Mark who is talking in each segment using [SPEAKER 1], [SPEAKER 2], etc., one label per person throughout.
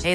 [SPEAKER 1] Hey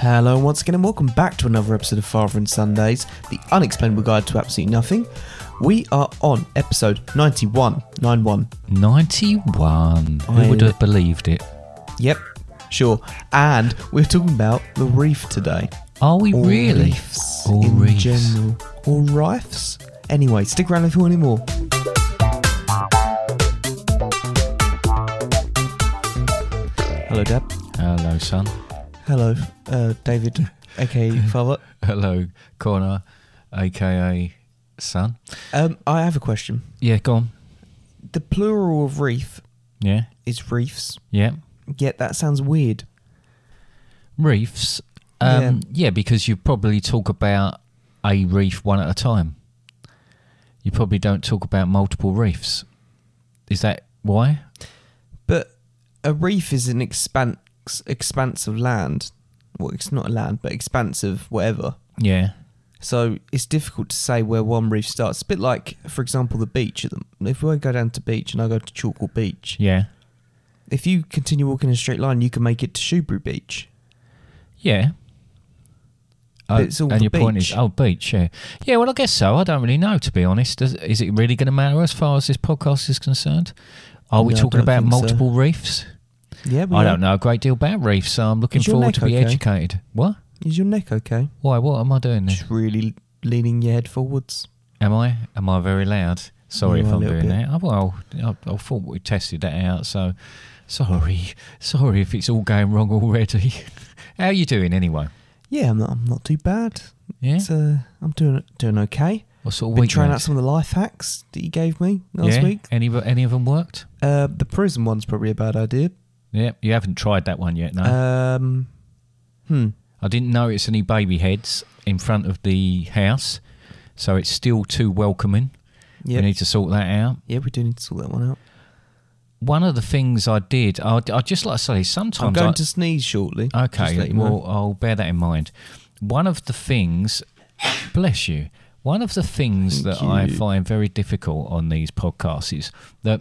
[SPEAKER 2] Hello, once again, and welcome back to another episode of Father and Sundays, the unexplainable guide to absolutely nothing. We are on episode 91. 91.
[SPEAKER 3] 91.
[SPEAKER 2] I-
[SPEAKER 3] Who would have believed it?
[SPEAKER 2] Yep, sure. And we're talking about the reef today.
[SPEAKER 3] Are we
[SPEAKER 2] Or
[SPEAKER 3] really?
[SPEAKER 2] Reefs
[SPEAKER 3] All
[SPEAKER 2] in
[SPEAKER 3] reefs.
[SPEAKER 2] general. Or reefs. Anyway, stick around if you want any more. Hello, Dad.
[SPEAKER 3] Hello, son.
[SPEAKER 2] Hello, uh, David, aka Father.
[SPEAKER 3] Hello, Connor, aka son.
[SPEAKER 2] Um, I have a question.
[SPEAKER 3] Yeah, go on.
[SPEAKER 2] The plural of reef
[SPEAKER 3] Yeah,
[SPEAKER 2] is reefs.
[SPEAKER 3] yeah.
[SPEAKER 2] Yet that sounds weird.
[SPEAKER 3] Reefs. Um, yeah. because you probably talk about a reef one at a time. You probably don't talk about multiple reefs. Is that why?
[SPEAKER 2] But a reef is an expanse expanse of land. Well, it's not a land, but expanse of whatever.
[SPEAKER 3] Yeah.
[SPEAKER 2] So it's difficult to say where one reef starts. It's a bit like, for example, the beach. If I go down to beach and I go to Chalkwell Beach,
[SPEAKER 3] Yeah.
[SPEAKER 2] if you continue walking in a straight line, you can make it to Shoebury Beach.
[SPEAKER 3] Yeah. Oh,
[SPEAKER 2] But it's all
[SPEAKER 3] and
[SPEAKER 2] the
[SPEAKER 3] your point is,
[SPEAKER 2] beach.
[SPEAKER 3] oh, beach, yeah. Yeah, well, I guess so. I don't really know, to be honest. Does, is it really going to matter as far as this podcast is concerned? Are we
[SPEAKER 2] No, I
[SPEAKER 3] talking
[SPEAKER 2] don't
[SPEAKER 3] about
[SPEAKER 2] think so.
[SPEAKER 3] multiple reefs?
[SPEAKER 2] Yeah, we
[SPEAKER 3] I
[SPEAKER 2] are.
[SPEAKER 3] don't know a great deal about reefs, so I'm looking
[SPEAKER 2] Is your
[SPEAKER 3] forward
[SPEAKER 2] neck
[SPEAKER 3] to be
[SPEAKER 2] okay?
[SPEAKER 3] educated. What?
[SPEAKER 2] Is your neck okay?
[SPEAKER 3] Why? What am I doing there?
[SPEAKER 2] Just really leaning your head forwards.
[SPEAKER 3] Am I? Am I very loud? Sorry
[SPEAKER 2] You
[SPEAKER 3] if
[SPEAKER 2] are a
[SPEAKER 3] I'm
[SPEAKER 2] little
[SPEAKER 3] doing
[SPEAKER 2] bit.
[SPEAKER 3] that. I, well, I, I thought we tested that out, so sorry. Sorry if it's all going wrong already. How are you doing anyway?
[SPEAKER 2] Yeah, I'm not. I'm not too bad.
[SPEAKER 3] Yeah.
[SPEAKER 2] It's, uh, I'm doing doing okay.
[SPEAKER 3] What sort of
[SPEAKER 2] Been
[SPEAKER 3] week
[SPEAKER 2] trying
[SPEAKER 3] you
[SPEAKER 2] out
[SPEAKER 3] had?
[SPEAKER 2] some of the life hacks that you gave me last
[SPEAKER 3] yeah?
[SPEAKER 2] week.
[SPEAKER 3] Any of- any of them worked?
[SPEAKER 2] Uh, the prison one's probably a bad idea.
[SPEAKER 3] Yeah, you haven't tried that one yet, no.
[SPEAKER 2] Um, hmm.
[SPEAKER 3] I didn't notice any baby heads in front of the house, so it's still too welcoming.
[SPEAKER 2] Yeah.
[SPEAKER 3] We need to sort that out.
[SPEAKER 2] yeah, we do need to sort that one out.
[SPEAKER 3] One of the things I did, I I just like to say, sometimes
[SPEAKER 2] I'm going
[SPEAKER 3] I-
[SPEAKER 2] to sneeze shortly. Just let
[SPEAKER 3] Okay,
[SPEAKER 2] you
[SPEAKER 3] well,
[SPEAKER 2] know.
[SPEAKER 3] I'll bear that in mind. One of the things, bless you, one of the things
[SPEAKER 2] Thank
[SPEAKER 3] that I
[SPEAKER 2] you.
[SPEAKER 3] find very difficult on these podcasts is that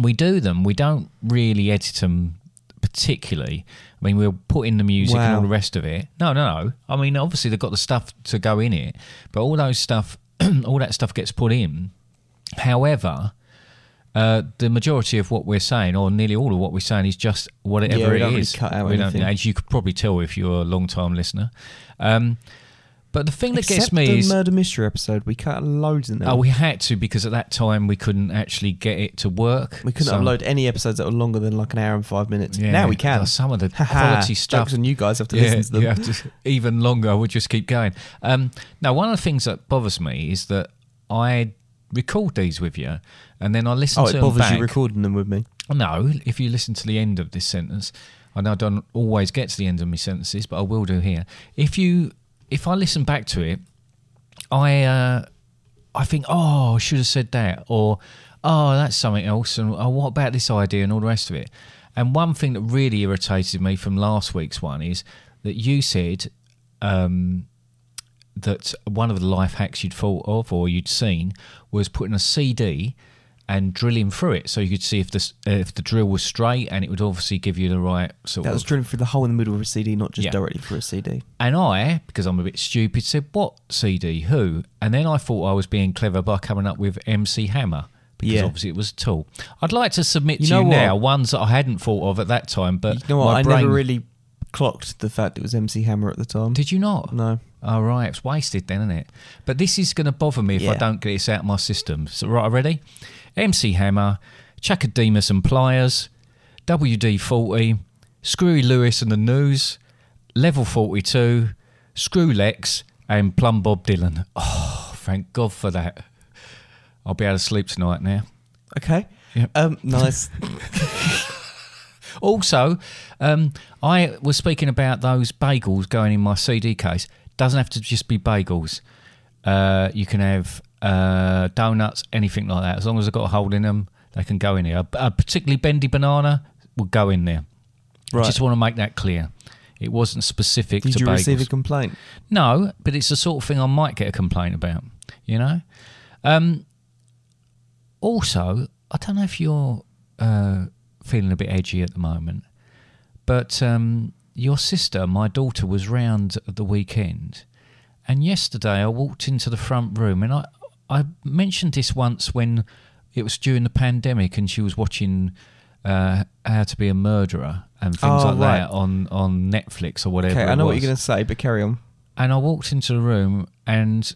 [SPEAKER 3] we do them, we don't really edit them particularly. I mean, we'll put in the music and
[SPEAKER 2] Wow.
[SPEAKER 3] all the rest of it. No, no, no. I mean, obviously, they've got the stuff to go in it, but all those stuff, all that stuff gets put in. However, uh, the majority of what we're saying, or nearly all of what we're saying, is just whatever
[SPEAKER 2] Yeah, we
[SPEAKER 3] it
[SPEAKER 2] don't really
[SPEAKER 3] is.
[SPEAKER 2] cut out
[SPEAKER 3] we don't,
[SPEAKER 2] anything.
[SPEAKER 3] as you could probably tell if you're a long-time listener. Um, but the thing that
[SPEAKER 2] Except
[SPEAKER 3] gets me
[SPEAKER 2] the
[SPEAKER 3] is,
[SPEAKER 2] murder mystery episode. We cut loads in there.
[SPEAKER 3] oh, we had to because at that time we couldn't actually get it to work.
[SPEAKER 2] we couldn't
[SPEAKER 3] So-
[SPEAKER 2] upload any episodes that were longer than like an hour and five minutes.
[SPEAKER 3] Yeah,
[SPEAKER 2] now we can.
[SPEAKER 3] oh, Some of the
[SPEAKER 2] Ha ha.
[SPEAKER 3] quality stuff.
[SPEAKER 2] Jokes on you guys have to listen to them.
[SPEAKER 3] you have to- even longer. I would just keep going. Um, now, one of the things that bothers me is that I record these with you, and then I listen
[SPEAKER 2] Oh,
[SPEAKER 3] to
[SPEAKER 2] it
[SPEAKER 3] them
[SPEAKER 2] bothers
[SPEAKER 3] back.
[SPEAKER 2] you recording them with me.
[SPEAKER 3] No, if you listen to the end of this sentence, and I don't always get to the end of my sentences, but I will do here. If you, if I listen back to it, I, uh, I think, oh, I should have said that, or oh, that's something else, and oh, what about this idea, and all the rest of it. And one thing that really irritated me from last week's one is that you said um, that one of the life hacks you'd thought of or you'd seen was putting a CD and drilling through it, so you could see if the s- uh, if the drill was straight, and it would obviously give you the right sort
[SPEAKER 2] That
[SPEAKER 3] of
[SPEAKER 2] was drilling through the hole in the middle of a CD, not just
[SPEAKER 3] Yeah.
[SPEAKER 2] directly through a CD.
[SPEAKER 3] and I, because I'm a bit stupid, said, What CD? Who? And then I thought I was being clever by coming up with MC Hammer because
[SPEAKER 2] Yeah.
[SPEAKER 3] obviously it was a tool. I'd like to submit
[SPEAKER 2] You
[SPEAKER 3] to
[SPEAKER 2] know
[SPEAKER 3] you
[SPEAKER 2] what?
[SPEAKER 3] now ones that I hadn't thought of at that time, but
[SPEAKER 2] You know what?
[SPEAKER 3] my
[SPEAKER 2] I
[SPEAKER 3] brain,
[SPEAKER 2] never really clocked the fact it was MC Hammer at the time.
[SPEAKER 3] Did you not?
[SPEAKER 2] No.
[SPEAKER 3] All right, it's wasted then, isn't it? But this is going to bother me if I
[SPEAKER 2] Yeah.
[SPEAKER 3] don't get this out of my system. So, right, ready? MC Hammer, Chakademus and Pliers, WD40, Screwy Lewis and the News, Level 42, Screwlex, and Plum Bob Dylan. Oh, thank God for that. I'll be able to sleep tonight now.
[SPEAKER 2] Okay.
[SPEAKER 3] Yep.
[SPEAKER 2] Um, nice.
[SPEAKER 3] Also, um, I was speaking about those bagels going in my CD case. Doesn't have to just be bagels. Uh, you can have uh, donuts, anything like that. As long as I've got a hole in them, they can go in there. A, a particularly bendy banana will go in there. I
[SPEAKER 2] Right.
[SPEAKER 3] Just want to make that clear. It wasn't specific
[SPEAKER 2] Did
[SPEAKER 3] to
[SPEAKER 2] you
[SPEAKER 3] bagels.
[SPEAKER 2] receive a complaint?
[SPEAKER 3] No, but it's the sort of thing I might get a complaint about, you know? Um, also, I don't know if you're uh, feeling a bit edgy at the moment, but um, your sister, my daughter, was round at the weekend. And yesterday I walked into the front room and I, I mentioned this once when it was during the pandemic and she was watching uh, How to Be a Murderer and things
[SPEAKER 2] Oh,
[SPEAKER 3] like
[SPEAKER 2] right.
[SPEAKER 3] that on, on Netflix or whatever.
[SPEAKER 2] Okay,
[SPEAKER 3] it
[SPEAKER 2] I know what
[SPEAKER 3] was.
[SPEAKER 2] you're going to say, but carry on.
[SPEAKER 3] And I walked into the room, and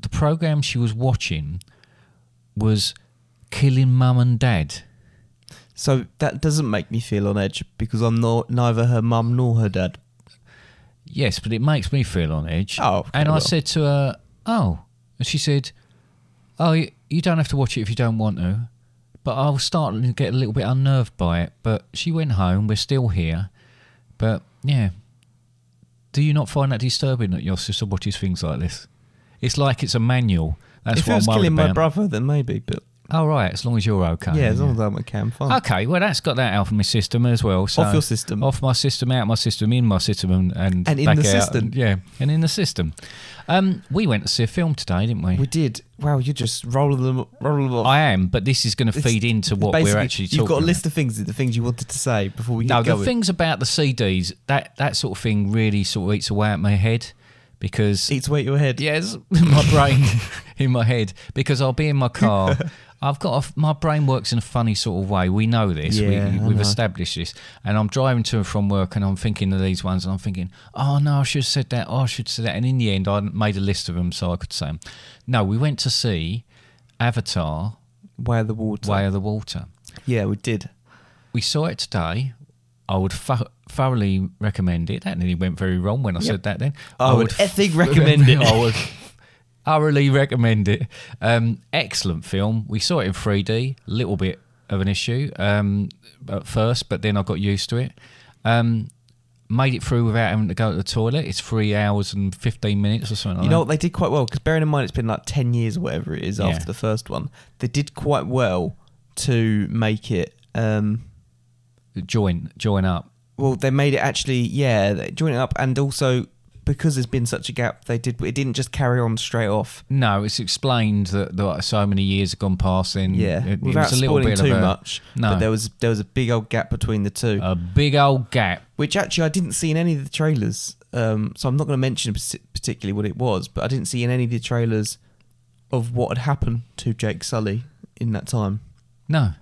[SPEAKER 3] the program she was watching was Killing Mum and Dad.
[SPEAKER 2] So that doesn't make me feel on edge because I'm not neither her mum nor her dad.
[SPEAKER 3] Yes, but it makes me feel on edge.
[SPEAKER 2] Oh, okay,
[SPEAKER 3] and I
[SPEAKER 2] well.
[SPEAKER 3] said to her, "Oh," and she said, "Oh, you, you don't have to watch it if you don't want to." But I was starting to get a little bit unnerved by it. But she went home. We're still here. But yeah, do you not find that disturbing that your sister watches things like this? It's like it's a manual. That's
[SPEAKER 2] if
[SPEAKER 3] what
[SPEAKER 2] it was
[SPEAKER 3] I'm worried
[SPEAKER 2] killing my
[SPEAKER 3] about.
[SPEAKER 2] brother, then maybe. But
[SPEAKER 3] Oh, right. As long as you're okay.
[SPEAKER 2] yeah,
[SPEAKER 3] then,
[SPEAKER 2] as long as I'm a cam, fine.
[SPEAKER 3] Okay, well, that's got that out of my system as well. So
[SPEAKER 2] Off your system.
[SPEAKER 3] Off my system, out my system, in my system, and and,
[SPEAKER 2] And in
[SPEAKER 3] back
[SPEAKER 2] the
[SPEAKER 3] out.
[SPEAKER 2] system.
[SPEAKER 3] Yeah, and in the system. Um, we went to see a film today, didn't we?
[SPEAKER 2] We did. Wow, you're just rolling them, rolling them off.
[SPEAKER 3] I am, but this is going to
[SPEAKER 2] It's-
[SPEAKER 3] feed into what we're
[SPEAKER 2] basically,
[SPEAKER 3] actually talking.
[SPEAKER 2] You've got a
[SPEAKER 3] about.
[SPEAKER 2] list of things, the things you wanted to say before we
[SPEAKER 3] No,
[SPEAKER 2] get
[SPEAKER 3] the
[SPEAKER 2] going.
[SPEAKER 3] things about the CDs that that sort of thing really sort of eats away at my head because
[SPEAKER 2] Eats away at your head.
[SPEAKER 3] Yes, my brain in my head because I'll be in my car. I've got a f my brain works in a funny sort of way. We know this.
[SPEAKER 2] Yeah, I
[SPEAKER 3] we, we've
[SPEAKER 2] know.
[SPEAKER 3] established this. And I'm driving to and from work, and I'm thinking of these ones, and I'm thinking, oh no, I should have said that. Oh, I should have said that. And in the end, I made a list of them so I could say them. No, we went to see Avatar:
[SPEAKER 2] Way of the water.
[SPEAKER 3] Way of the Water.
[SPEAKER 2] Yeah, we did.
[SPEAKER 3] We saw it today. I would th- thoroughly recommend it. That nearly went very wrong when I said that. Then
[SPEAKER 2] I would ethically recommend it.
[SPEAKER 3] I would thoroughly recommend it. Um, excellent film. We saw it in 3D. A little bit of an issue um, at first, but then I got used to it. Um, made it through without having to go to the toilet. It's three hours and fifteen minutes or something. Like
[SPEAKER 2] You know what
[SPEAKER 3] that.
[SPEAKER 2] they did quite well because bearing in mind it's been like ten years or whatever it is
[SPEAKER 3] Yeah.
[SPEAKER 2] after the first one, they did quite well to make it. Um,
[SPEAKER 3] join join up.
[SPEAKER 2] well, they made it actually, yeah, they joined it up, and also because there's been such a gap, they did it didn't just carry on straight off.
[SPEAKER 3] No, it's explained that, that so many years have gone past. Then
[SPEAKER 2] Yeah,
[SPEAKER 3] Mm, it, it
[SPEAKER 2] without
[SPEAKER 3] was a little
[SPEAKER 2] spoiling
[SPEAKER 3] bit
[SPEAKER 2] too
[SPEAKER 3] of a,
[SPEAKER 2] much.
[SPEAKER 3] No. Uh,
[SPEAKER 2] but there was there was a big old gap between the two,
[SPEAKER 3] a big old gap.
[SPEAKER 2] which actually I didn't see in any of the trailers. Um, so I'm not going to mention partic- particularly what it was, but I didn't see in any of the trailers of what had happened to Jake Sully in that time.
[SPEAKER 3] No.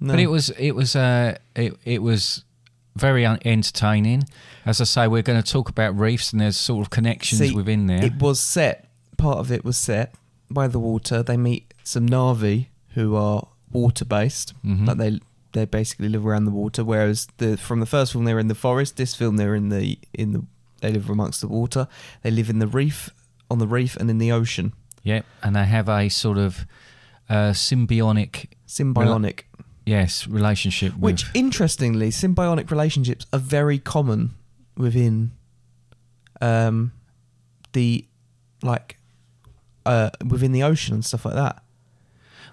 [SPEAKER 2] No.
[SPEAKER 3] But it was it was uh it it was very un- entertaining. As I say, we're going to talk about reefs and there's sort of connections
[SPEAKER 2] See,
[SPEAKER 3] within there.
[SPEAKER 2] It was set. Part of it was set by the water. They meet some Navi who are water based.
[SPEAKER 3] Mm-hmm.
[SPEAKER 2] Like they they basically live around the water. Whereas the from the first film they were in the forest. This film they're in the in the they live amongst the water. They live in the reef on the reef and in the ocean.
[SPEAKER 3] yep, and they have a sort of uh, symbiotic,
[SPEAKER 2] Symbiotic.
[SPEAKER 3] yes, relationship.
[SPEAKER 2] Which
[SPEAKER 3] with,
[SPEAKER 2] interestingly, symbiotic relationships are very common within um the like uh within the ocean and stuff like that.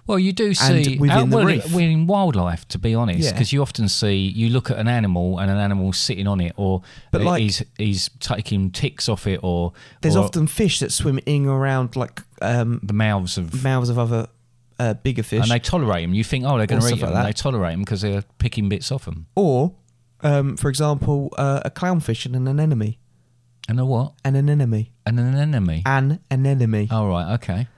[SPEAKER 3] well, you do see
[SPEAKER 2] within
[SPEAKER 3] uh,
[SPEAKER 2] the
[SPEAKER 3] well,
[SPEAKER 2] reef.
[SPEAKER 3] we're in wildlife, to be honest,
[SPEAKER 2] Yeah.
[SPEAKER 3] because you often see you look at an animal and an animal sitting on it, or
[SPEAKER 2] But, like-
[SPEAKER 3] he's he's taking ticks off it, or
[SPEAKER 2] There's
[SPEAKER 3] or
[SPEAKER 2] often fish that swim in and around like um,
[SPEAKER 3] the mouths of
[SPEAKER 2] mouths of other uh, bigger fish,
[SPEAKER 3] and they tolerate them. You think, oh, they're going
[SPEAKER 2] Or
[SPEAKER 3] to eat
[SPEAKER 2] stuff like
[SPEAKER 3] them.
[SPEAKER 2] that.
[SPEAKER 3] They tolerate them because they're picking bits off them.
[SPEAKER 2] or um, for example, uh, a clownfish and an anemone,
[SPEAKER 3] And a what?
[SPEAKER 2] an anemone,
[SPEAKER 3] And an anemone.
[SPEAKER 2] an anemone.
[SPEAKER 3] All right, okay.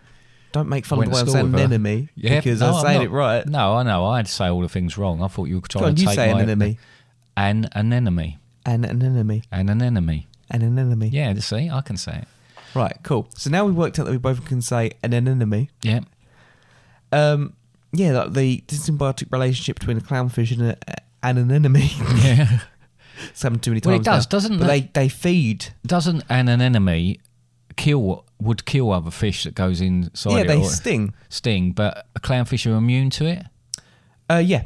[SPEAKER 2] Don't make fun
[SPEAKER 3] Went
[SPEAKER 2] of the way
[SPEAKER 3] to
[SPEAKER 2] I'm saying
[SPEAKER 3] school with her.
[SPEAKER 2] anemone because
[SPEAKER 3] no,
[SPEAKER 2] I'm
[SPEAKER 3] I'm
[SPEAKER 2] saying
[SPEAKER 3] not-
[SPEAKER 2] it right.
[SPEAKER 3] No, I know. I had to say all the things wrong. I thought you were
[SPEAKER 2] Go
[SPEAKER 3] trying
[SPEAKER 2] on,
[SPEAKER 3] to
[SPEAKER 2] you
[SPEAKER 3] take
[SPEAKER 2] say
[SPEAKER 3] my
[SPEAKER 2] anemone.
[SPEAKER 3] An anemone.
[SPEAKER 2] An anemone.
[SPEAKER 3] and an enemy.
[SPEAKER 2] An anemone.
[SPEAKER 3] Yeah, see, I can say it.
[SPEAKER 2] Right, cool. So now we worked out that we both can say an anemone.
[SPEAKER 3] Yeah,
[SPEAKER 2] Um, yeah, like the symbiotic relationship between a clownfish and a, an anemone.
[SPEAKER 3] yeah.
[SPEAKER 2] it's happened too many times.
[SPEAKER 3] Well, it does,
[SPEAKER 2] now.
[SPEAKER 3] doesn't
[SPEAKER 2] But
[SPEAKER 3] it?
[SPEAKER 2] they they feed.
[SPEAKER 3] Doesn't an anemone kill? Would kill other fish that goes inside
[SPEAKER 2] yeah,
[SPEAKER 3] it
[SPEAKER 2] they
[SPEAKER 3] or
[SPEAKER 2] sting.
[SPEAKER 3] sting, but clownfish are immune to it.
[SPEAKER 2] Uh, yeah,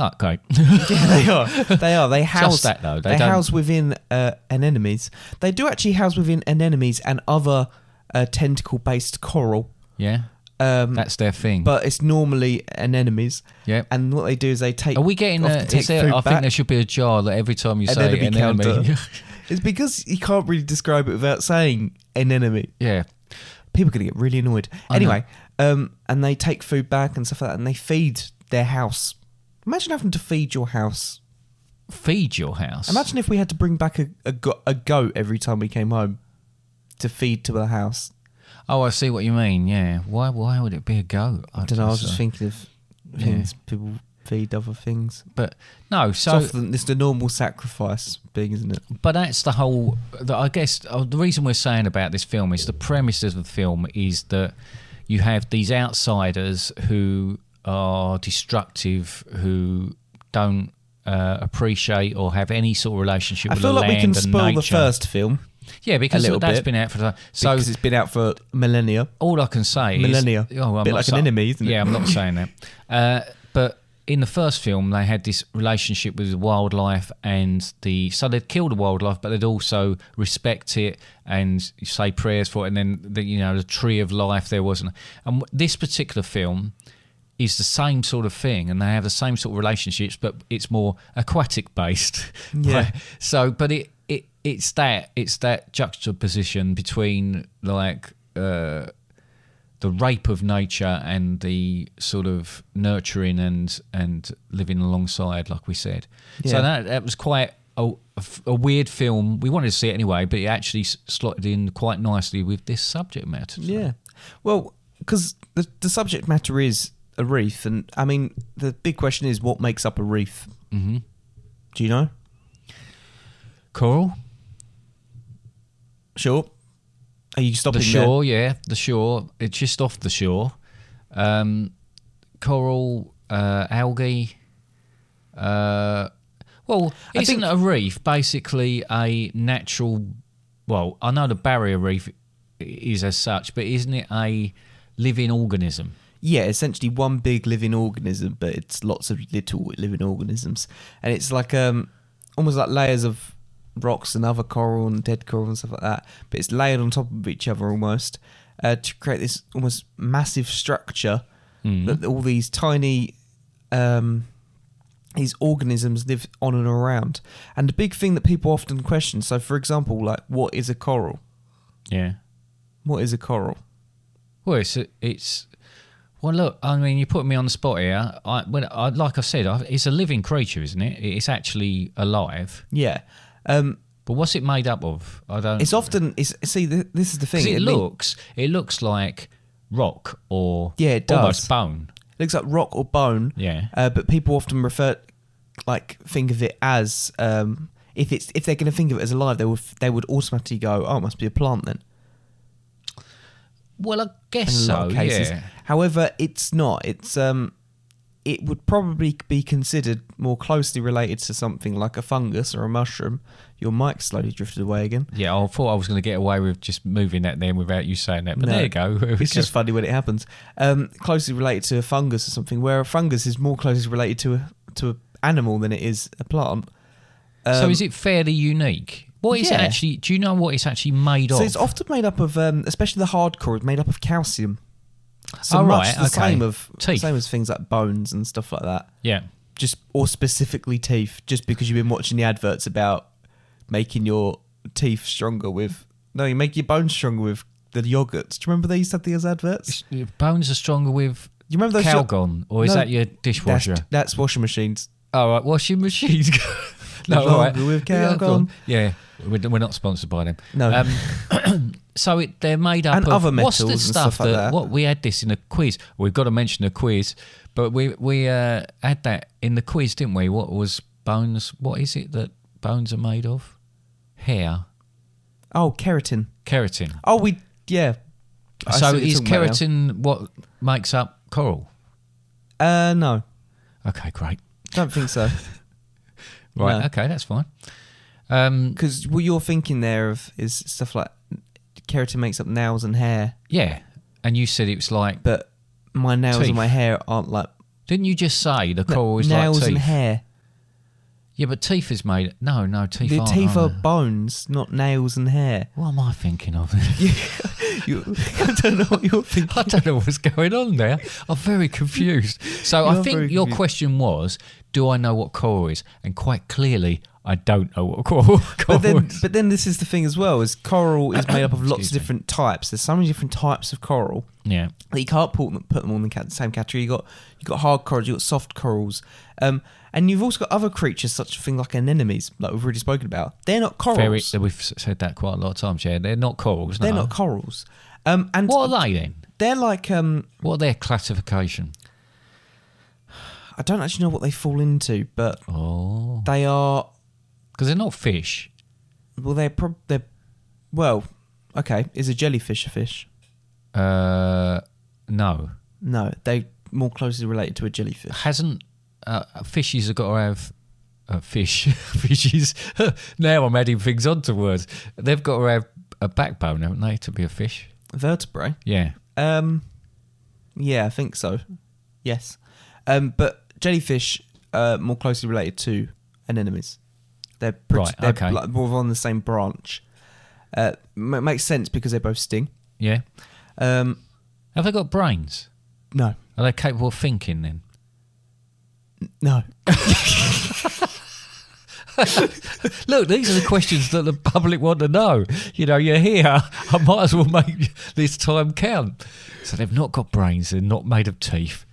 [SPEAKER 3] Oh, okay.
[SPEAKER 2] yeah, they are. They are. They house
[SPEAKER 3] that, though. They
[SPEAKER 2] They,
[SPEAKER 3] don't-
[SPEAKER 2] house within uh, anemones. They do actually house within anemones and other uh, tentacle-based coral.
[SPEAKER 3] yeah,
[SPEAKER 2] Um,
[SPEAKER 3] that's their thing.
[SPEAKER 2] but it's normally anemones.
[SPEAKER 3] Yep.
[SPEAKER 2] And what they do is they take.
[SPEAKER 3] are we getting?
[SPEAKER 2] often
[SPEAKER 3] A,
[SPEAKER 2] take
[SPEAKER 3] is there,
[SPEAKER 2] food
[SPEAKER 3] I
[SPEAKER 2] back
[SPEAKER 3] think there should be a jar that every time you say
[SPEAKER 2] anemone
[SPEAKER 3] anemone.
[SPEAKER 2] counter. it's because you can't really describe it without saying anemone.
[SPEAKER 3] yeah,
[SPEAKER 2] People are going to get really annoyed.
[SPEAKER 3] know.
[SPEAKER 2] Anyway, um, and they take food back and stuff like that, and they feed their house. Imagine having to feed your house.
[SPEAKER 3] feed your house.
[SPEAKER 2] Imagine if we had to bring back a, a, go- a goat every time we came home to feed to the house.
[SPEAKER 3] Oh, I see what you mean. Yeah. Why? Why would it be a goat?
[SPEAKER 2] I don't know. I was just
[SPEAKER 3] so.
[SPEAKER 2] thinking of things people feed other things.
[SPEAKER 3] But no.
[SPEAKER 2] So
[SPEAKER 3] So,
[SPEAKER 2] it's, often, it's the normal sacrifice thing, isn't it?
[SPEAKER 3] but that's the whole. The, I guess uh, the reason we're saying about this film is the premise of the film is that you have these outsiders who are destructive, who don't uh, appreciate or have any sort of relationship
[SPEAKER 2] I
[SPEAKER 3] with
[SPEAKER 2] feel
[SPEAKER 3] the
[SPEAKER 2] like
[SPEAKER 3] land
[SPEAKER 2] we can
[SPEAKER 3] and
[SPEAKER 2] spoil the
[SPEAKER 3] nature.
[SPEAKER 2] first film
[SPEAKER 3] Yeah, because
[SPEAKER 2] little
[SPEAKER 3] that's
[SPEAKER 2] bit.
[SPEAKER 3] been out for the so.
[SPEAKER 2] so, because it's been out for millennia.
[SPEAKER 3] all I can say
[SPEAKER 2] Millennia.
[SPEAKER 3] is well, I'm
[SPEAKER 2] Bit
[SPEAKER 3] not
[SPEAKER 2] like an enemy, isn't it?
[SPEAKER 3] Yeah, I'm not saying that. Uh, but in the first film, they had this relationship with the wildlife and the so they'd kill the wildlife, but they'd also respect it and say prayers for it. And then the, you know the tree of life there wasn't. And w- this particular film is the same sort of thing, and they have the same sort of relationships, but it's more aquatic based.
[SPEAKER 2] Yeah.
[SPEAKER 3] so, but it. It, it's that it's that juxtaposition between like uh, the rape of nature and the sort of nurturing and and living alongside, like we said. So
[SPEAKER 2] Yeah.
[SPEAKER 3] that that was quite a, a f- a weird film. We wanted to see it anyway, but it actually s- slotted in quite nicely with this subject matter.
[SPEAKER 2] Yeah. Well, because the, the subject matter is a reef, and I mean, the big question is what makes up a reef? Mm-hmm. Do you know?
[SPEAKER 3] coral,
[SPEAKER 2] Sure. Are you stopping
[SPEAKER 3] the shore, yeah, the shore. It's just off the shore. Um, coral, uh, algae. Uh, well,
[SPEAKER 2] I
[SPEAKER 3] isn't
[SPEAKER 2] think-
[SPEAKER 3] a reef basically a natural? Well, I know the barrier reef i- is as such, but isn't it a living organism?
[SPEAKER 2] Yeah, essentially one big living organism, but it's lots of little living organisms, and it's like um, almost like layers of rocks and other coral and dead coral and stuff like that. But it's layered on top of each other almost uh, to create this almost massive structure that all these tiny um, these organisms live on and around. And the big thing that people often question. So, for example, like what is a coral?
[SPEAKER 3] Yeah.
[SPEAKER 2] What is a coral?
[SPEAKER 3] Well, it's it's. Well, look. I mean, you put me on the spot here. I, when I like I said, I, it's a living creature, isn't it? It's actually alive.
[SPEAKER 2] Yeah. Um,
[SPEAKER 3] But what's it made up of? I don't.
[SPEAKER 2] it's often it's see th- this is the thing
[SPEAKER 3] 'Cause It
[SPEAKER 2] mean-
[SPEAKER 3] looks, it looks like rock or
[SPEAKER 2] Yeah, it
[SPEAKER 3] almost
[SPEAKER 2] does.
[SPEAKER 3] bone.
[SPEAKER 2] looks like rock or bone.
[SPEAKER 3] Yeah.
[SPEAKER 2] Uh, but people often refer, like, think of it as um, if it's if they're going to think of it as alive, they would they would automatically go, oh, it must be a plant then.
[SPEAKER 3] Well, I
[SPEAKER 2] In
[SPEAKER 3] guess
[SPEAKER 2] a
[SPEAKER 3] so.
[SPEAKER 2] lot of cases.
[SPEAKER 3] Yeah.
[SPEAKER 2] However, it's not. It's um, it would probably be considered more closely related to something like a fungus or a mushroom. Your mic slowly drifted away again.
[SPEAKER 3] Yeah, I thought I was going to get away with just moving that then without you saying that. But
[SPEAKER 2] No.
[SPEAKER 3] there you go.
[SPEAKER 2] It's just funny when it happens. Um, closely related to a fungus or something, where a fungus is more closely related to a, to an animal than it is a plant.
[SPEAKER 3] so
[SPEAKER 2] um,
[SPEAKER 3] is it fairly unique? What is
[SPEAKER 2] yeah.
[SPEAKER 3] it actually? Do you know what it's actually made of?
[SPEAKER 2] So it's often made up of, um, especially the hardcore, it's made up of calcium. So
[SPEAKER 3] Oh,
[SPEAKER 2] much
[SPEAKER 3] right,
[SPEAKER 2] the
[SPEAKER 3] okay.
[SPEAKER 2] same of
[SPEAKER 3] Teeth.
[SPEAKER 2] same as things like bones and stuff like that.
[SPEAKER 3] yeah.
[SPEAKER 2] Just or specifically teeth, just because you've been watching the adverts about making your teeth stronger with no, you make your bones stronger with the yogurts. Do you remember they used to have these adverts?
[SPEAKER 3] Your Bones are stronger with
[SPEAKER 2] You remember those
[SPEAKER 3] Calgon, or is
[SPEAKER 2] No,
[SPEAKER 3] that your
[SPEAKER 2] That's,
[SPEAKER 3] dishwasher?
[SPEAKER 2] that's washing machines.
[SPEAKER 3] All right, washing machines. no,
[SPEAKER 2] Stronger
[SPEAKER 3] all right.
[SPEAKER 2] with
[SPEAKER 3] Yeah, go
[SPEAKER 2] Calgon.
[SPEAKER 3] on. Yeah, we're, we're not sponsored by them. Um,
[SPEAKER 2] No.
[SPEAKER 3] so it, they're made up
[SPEAKER 2] And
[SPEAKER 3] of
[SPEAKER 2] other
[SPEAKER 3] what's the
[SPEAKER 2] metals and
[SPEAKER 3] stuff,
[SPEAKER 2] stuff like that.
[SPEAKER 3] What we had this in a quiz. We've got to mention a quiz, but we we uh, had that in the quiz, didn't we? What was bones? What is it that bones are made of? Hair.
[SPEAKER 2] Oh, keratin.
[SPEAKER 3] Keratin.
[SPEAKER 2] Oh, we yeah. I see
[SPEAKER 3] so
[SPEAKER 2] what you're
[SPEAKER 3] is
[SPEAKER 2] talking about now.
[SPEAKER 3] keratin what makes up coral?
[SPEAKER 2] Uh, no,
[SPEAKER 3] Okay, great.
[SPEAKER 2] don't think so.
[SPEAKER 3] Right.
[SPEAKER 2] No.
[SPEAKER 3] Okay, that's fine. Um,
[SPEAKER 2] Because what you're thinking there of is stuff like keratin makes up nails and hair,
[SPEAKER 3] yeah. And you said it was like,
[SPEAKER 2] but my nails
[SPEAKER 3] Teeth.
[SPEAKER 2] and my hair aren't like
[SPEAKER 3] didn't you just say the coral is
[SPEAKER 2] nails
[SPEAKER 3] like teeth?
[SPEAKER 2] and hair.
[SPEAKER 3] Yeah, but teeth is made. No, no, teeth.
[SPEAKER 2] the
[SPEAKER 3] aren't,
[SPEAKER 2] teeth are
[SPEAKER 3] are they?
[SPEAKER 2] bones, not nails and hair.
[SPEAKER 3] What am I thinking of?
[SPEAKER 2] You, I don't know what you're thinking.
[SPEAKER 3] I don't know what's going on there. I'm very confused. So
[SPEAKER 2] You
[SPEAKER 3] I
[SPEAKER 2] are
[SPEAKER 3] think
[SPEAKER 2] very
[SPEAKER 3] your
[SPEAKER 2] confused.
[SPEAKER 3] question was, do I know what coral is? And quite clearly, I don't know what coral, coral
[SPEAKER 2] But then,
[SPEAKER 3] is.
[SPEAKER 2] but then this is the thing as well: is coral is made up of lots
[SPEAKER 3] Excuse
[SPEAKER 2] of
[SPEAKER 3] me.
[SPEAKER 2] different types. There's so many different types of coral.
[SPEAKER 3] Yeah.
[SPEAKER 2] that you can't put them, put them all in the ca- same category. You got you got hard corals, you got soft corals, um, and you've also got other creatures such a thing like anemones, like we've already spoken about. They're not
[SPEAKER 3] Very,
[SPEAKER 2] corals.
[SPEAKER 3] we've said that quite a lot of times, yeah. They're not corals. No.
[SPEAKER 2] They're not corals. Um, and
[SPEAKER 3] What are they then?
[SPEAKER 2] they're like um,
[SPEAKER 3] What are their classification?
[SPEAKER 2] I don't actually know what they fall into, but
[SPEAKER 3] Oh,
[SPEAKER 2] they are
[SPEAKER 3] because they're not fish.
[SPEAKER 2] well, they're prob they're well, okay. Is a jellyfish a fish?
[SPEAKER 3] Uh, no,
[SPEAKER 2] No, they more closely related to a jellyfish.
[SPEAKER 3] hasn't uh, fishies have got to have uh, fish fishies? now I'm adding things onto words. They've got to have a backbone, haven't they, to be a fish?
[SPEAKER 2] Vertebrae.
[SPEAKER 3] Yeah.
[SPEAKER 2] Um, yeah, I think so. Yes, um, but jellyfish are more closely related to anemones. They're pretty,
[SPEAKER 3] Right,
[SPEAKER 2] They're
[SPEAKER 3] okay.
[SPEAKER 2] like more on the same branch. Uh, m- makes sense because they both sting.
[SPEAKER 3] Yeah.
[SPEAKER 2] Um,
[SPEAKER 3] Have they got brains?
[SPEAKER 2] no,
[SPEAKER 3] Are they capable of thinking then?
[SPEAKER 2] no.
[SPEAKER 3] Look, these are the questions that the public want to know. You know, you're here. I might as well make this time count. So they've not got brains. They're not made of teeth.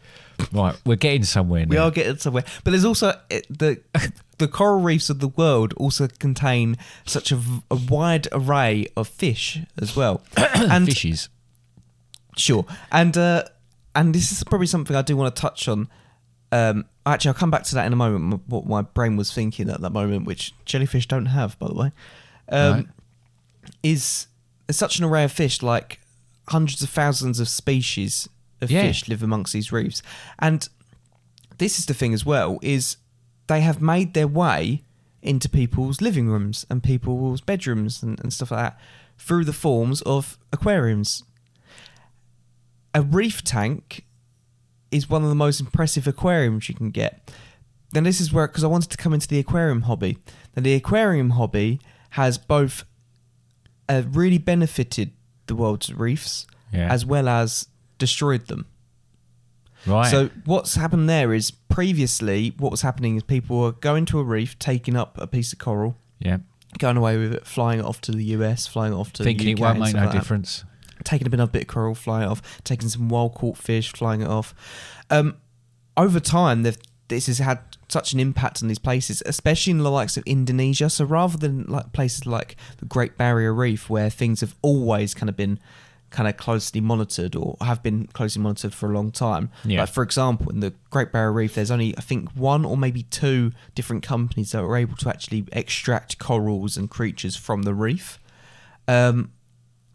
[SPEAKER 3] Right, we're getting somewhere now.
[SPEAKER 2] We are getting somewhere, but there's also it, the the coral reefs of the world also contain such a, v- a wide array of fish as well. and
[SPEAKER 3] fishies.
[SPEAKER 2] Sure, and uh, and this is probably something I do want to touch on. Um, actually, I'll come back to that in a moment. m- What my brain was thinking at that moment, which jellyfish don't have, by the way, um,
[SPEAKER 3] Right.
[SPEAKER 2] is there's such an array of fish, like hundreds of thousands of species of
[SPEAKER 3] Yeah.
[SPEAKER 2] fish live amongst these reefs, and this is the thing as well is they have made their way into people's living rooms and people's bedrooms and, and stuff like that through the forms of aquariums a reef tank is one of the most impressive aquariums you can get. Then this is where because I wanted to come into the aquarium hobby. Now the aquarium hobby has both uh, really benefited the world's reefs
[SPEAKER 3] Yeah.
[SPEAKER 2] as well as destroyed them.
[SPEAKER 3] Right.
[SPEAKER 2] So what's happened there is previously what was happening is people were going to a reef, taking up a piece of coral,
[SPEAKER 3] yeah.
[SPEAKER 2] going away with it, flying it off to the US, flying it off to
[SPEAKER 3] Thinking
[SPEAKER 2] the
[SPEAKER 3] it
[SPEAKER 2] UK,
[SPEAKER 3] won't
[SPEAKER 2] and
[SPEAKER 3] make
[SPEAKER 2] stuff
[SPEAKER 3] no
[SPEAKER 2] like that
[SPEAKER 3] difference.
[SPEAKER 2] taking a bit of bit of coral, flying it off, taking some wild caught fish, flying it off. Um, over time, they've, this has had such an impact on these places, especially in the likes of Indonesia. So rather than like places like the Great Barrier Reef, where things have always kind of been kind of closely monitored or have been closely monitored for a long time.
[SPEAKER 3] Yeah.
[SPEAKER 2] Like for example, in the Great Barrier Reef, there's only I think one or maybe two different companies that are able to actually extract corals and creatures from the reef. Um,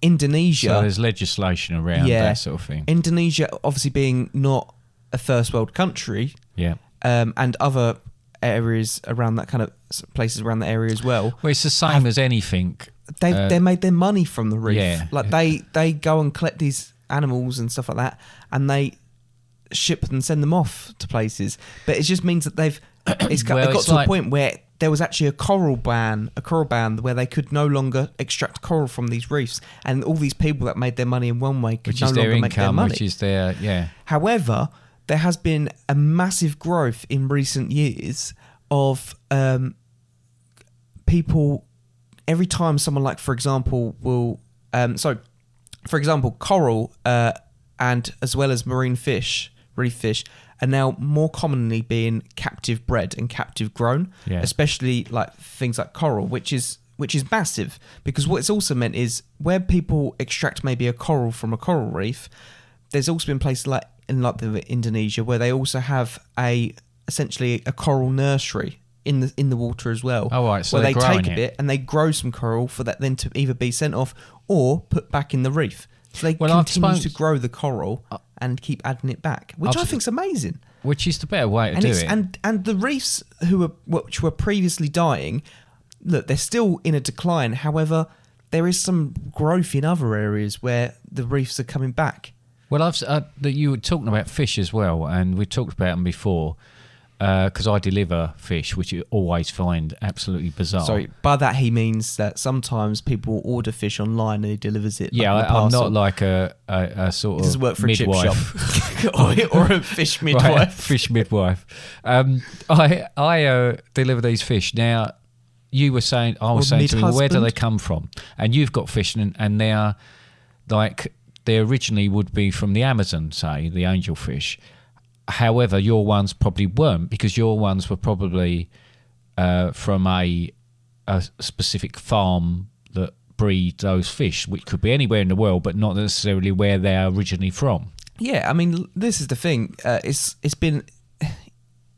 [SPEAKER 2] Indonesia
[SPEAKER 3] So there's legislation around that sort of thing.
[SPEAKER 2] Indonesia, obviously being not a first world country,
[SPEAKER 3] yeah.
[SPEAKER 2] um, and other areas around that kind of s- places around the area as well.
[SPEAKER 3] Well, it's the same as anything.
[SPEAKER 2] They
[SPEAKER 3] Uh,
[SPEAKER 2] they made their money from the reef.
[SPEAKER 3] yeah.
[SPEAKER 2] Like they they go and collect these animals and stuff like that, and they ship and send them off to places. But it just means that they've it's got,
[SPEAKER 3] Well,
[SPEAKER 2] it got
[SPEAKER 3] it's
[SPEAKER 2] to a
[SPEAKER 3] like-
[SPEAKER 2] point where there was actually a coral ban, a coral ban where they could no longer extract coral from these reefs, and all these people that made their money in one way could
[SPEAKER 3] Which
[SPEAKER 2] no
[SPEAKER 3] is
[SPEAKER 2] longer
[SPEAKER 3] their
[SPEAKER 2] make their
[SPEAKER 3] income,
[SPEAKER 2] money.
[SPEAKER 3] which is their, yeah.
[SPEAKER 2] However, there has been a massive growth in recent years of um, people. Every time someone, like for example, will um, so, for example, coral uh, and as well as marine fish, reef fish, are now more commonly being captive bred and captive grown,
[SPEAKER 3] Yeah.
[SPEAKER 2] especially like things like coral, which is which is massive because what it's also meant is where people extract maybe a coral from a coral reef, there's also been places like in like the Indonesia where they also have a essentially a coral nursery in the in the water as well.
[SPEAKER 3] Oh, right, so
[SPEAKER 2] where
[SPEAKER 3] they're
[SPEAKER 2] they take
[SPEAKER 3] growing
[SPEAKER 2] a
[SPEAKER 3] it.
[SPEAKER 2] bit and they grow some coral for that then to either be sent off or put back in the reef. So they
[SPEAKER 3] Well, I've
[SPEAKER 2] continue
[SPEAKER 3] spoke-
[SPEAKER 2] to grow the coral and keep adding it back, which i
[SPEAKER 3] I've-
[SPEAKER 2] think's amazing.
[SPEAKER 3] Which is the better way to
[SPEAKER 2] And
[SPEAKER 3] do
[SPEAKER 2] it's,
[SPEAKER 3] it.
[SPEAKER 2] and and the reefs who were which were previously dying, look, they're still in a decline. However, there is some growth in other areas where the reefs are coming back.
[SPEAKER 3] Well, I've s- uh, that you were talking about fish as well, and we talked about them before because I deliver fish, which you always find absolutely bizarre.
[SPEAKER 2] So by that he means that sometimes people order fish online and he delivers it.
[SPEAKER 3] yeah,
[SPEAKER 2] like in a
[SPEAKER 3] I, I'm
[SPEAKER 2] parcel.
[SPEAKER 3] not like a, a, a sort
[SPEAKER 2] He
[SPEAKER 3] of
[SPEAKER 2] doesn't work for
[SPEAKER 3] midwife.
[SPEAKER 2] a chip shop or, or a fish midwife.
[SPEAKER 3] Right, fish midwife. Um, I I uh, deliver these fish now. You were saying I was
[SPEAKER 2] Or
[SPEAKER 3] saying to me, where do
[SPEAKER 2] mid-husband.
[SPEAKER 3] they come from? And you've got fish, and, and they are like they originally would be from the Amazon, say the angelfish. However, your ones probably weren't because your ones were probably uh, from a a specific farm that breed those fish, which could be anywhere in the world, but not necessarily where they are originally from.
[SPEAKER 2] Yeah, I mean, l- this is the thing. Uh, it's it's been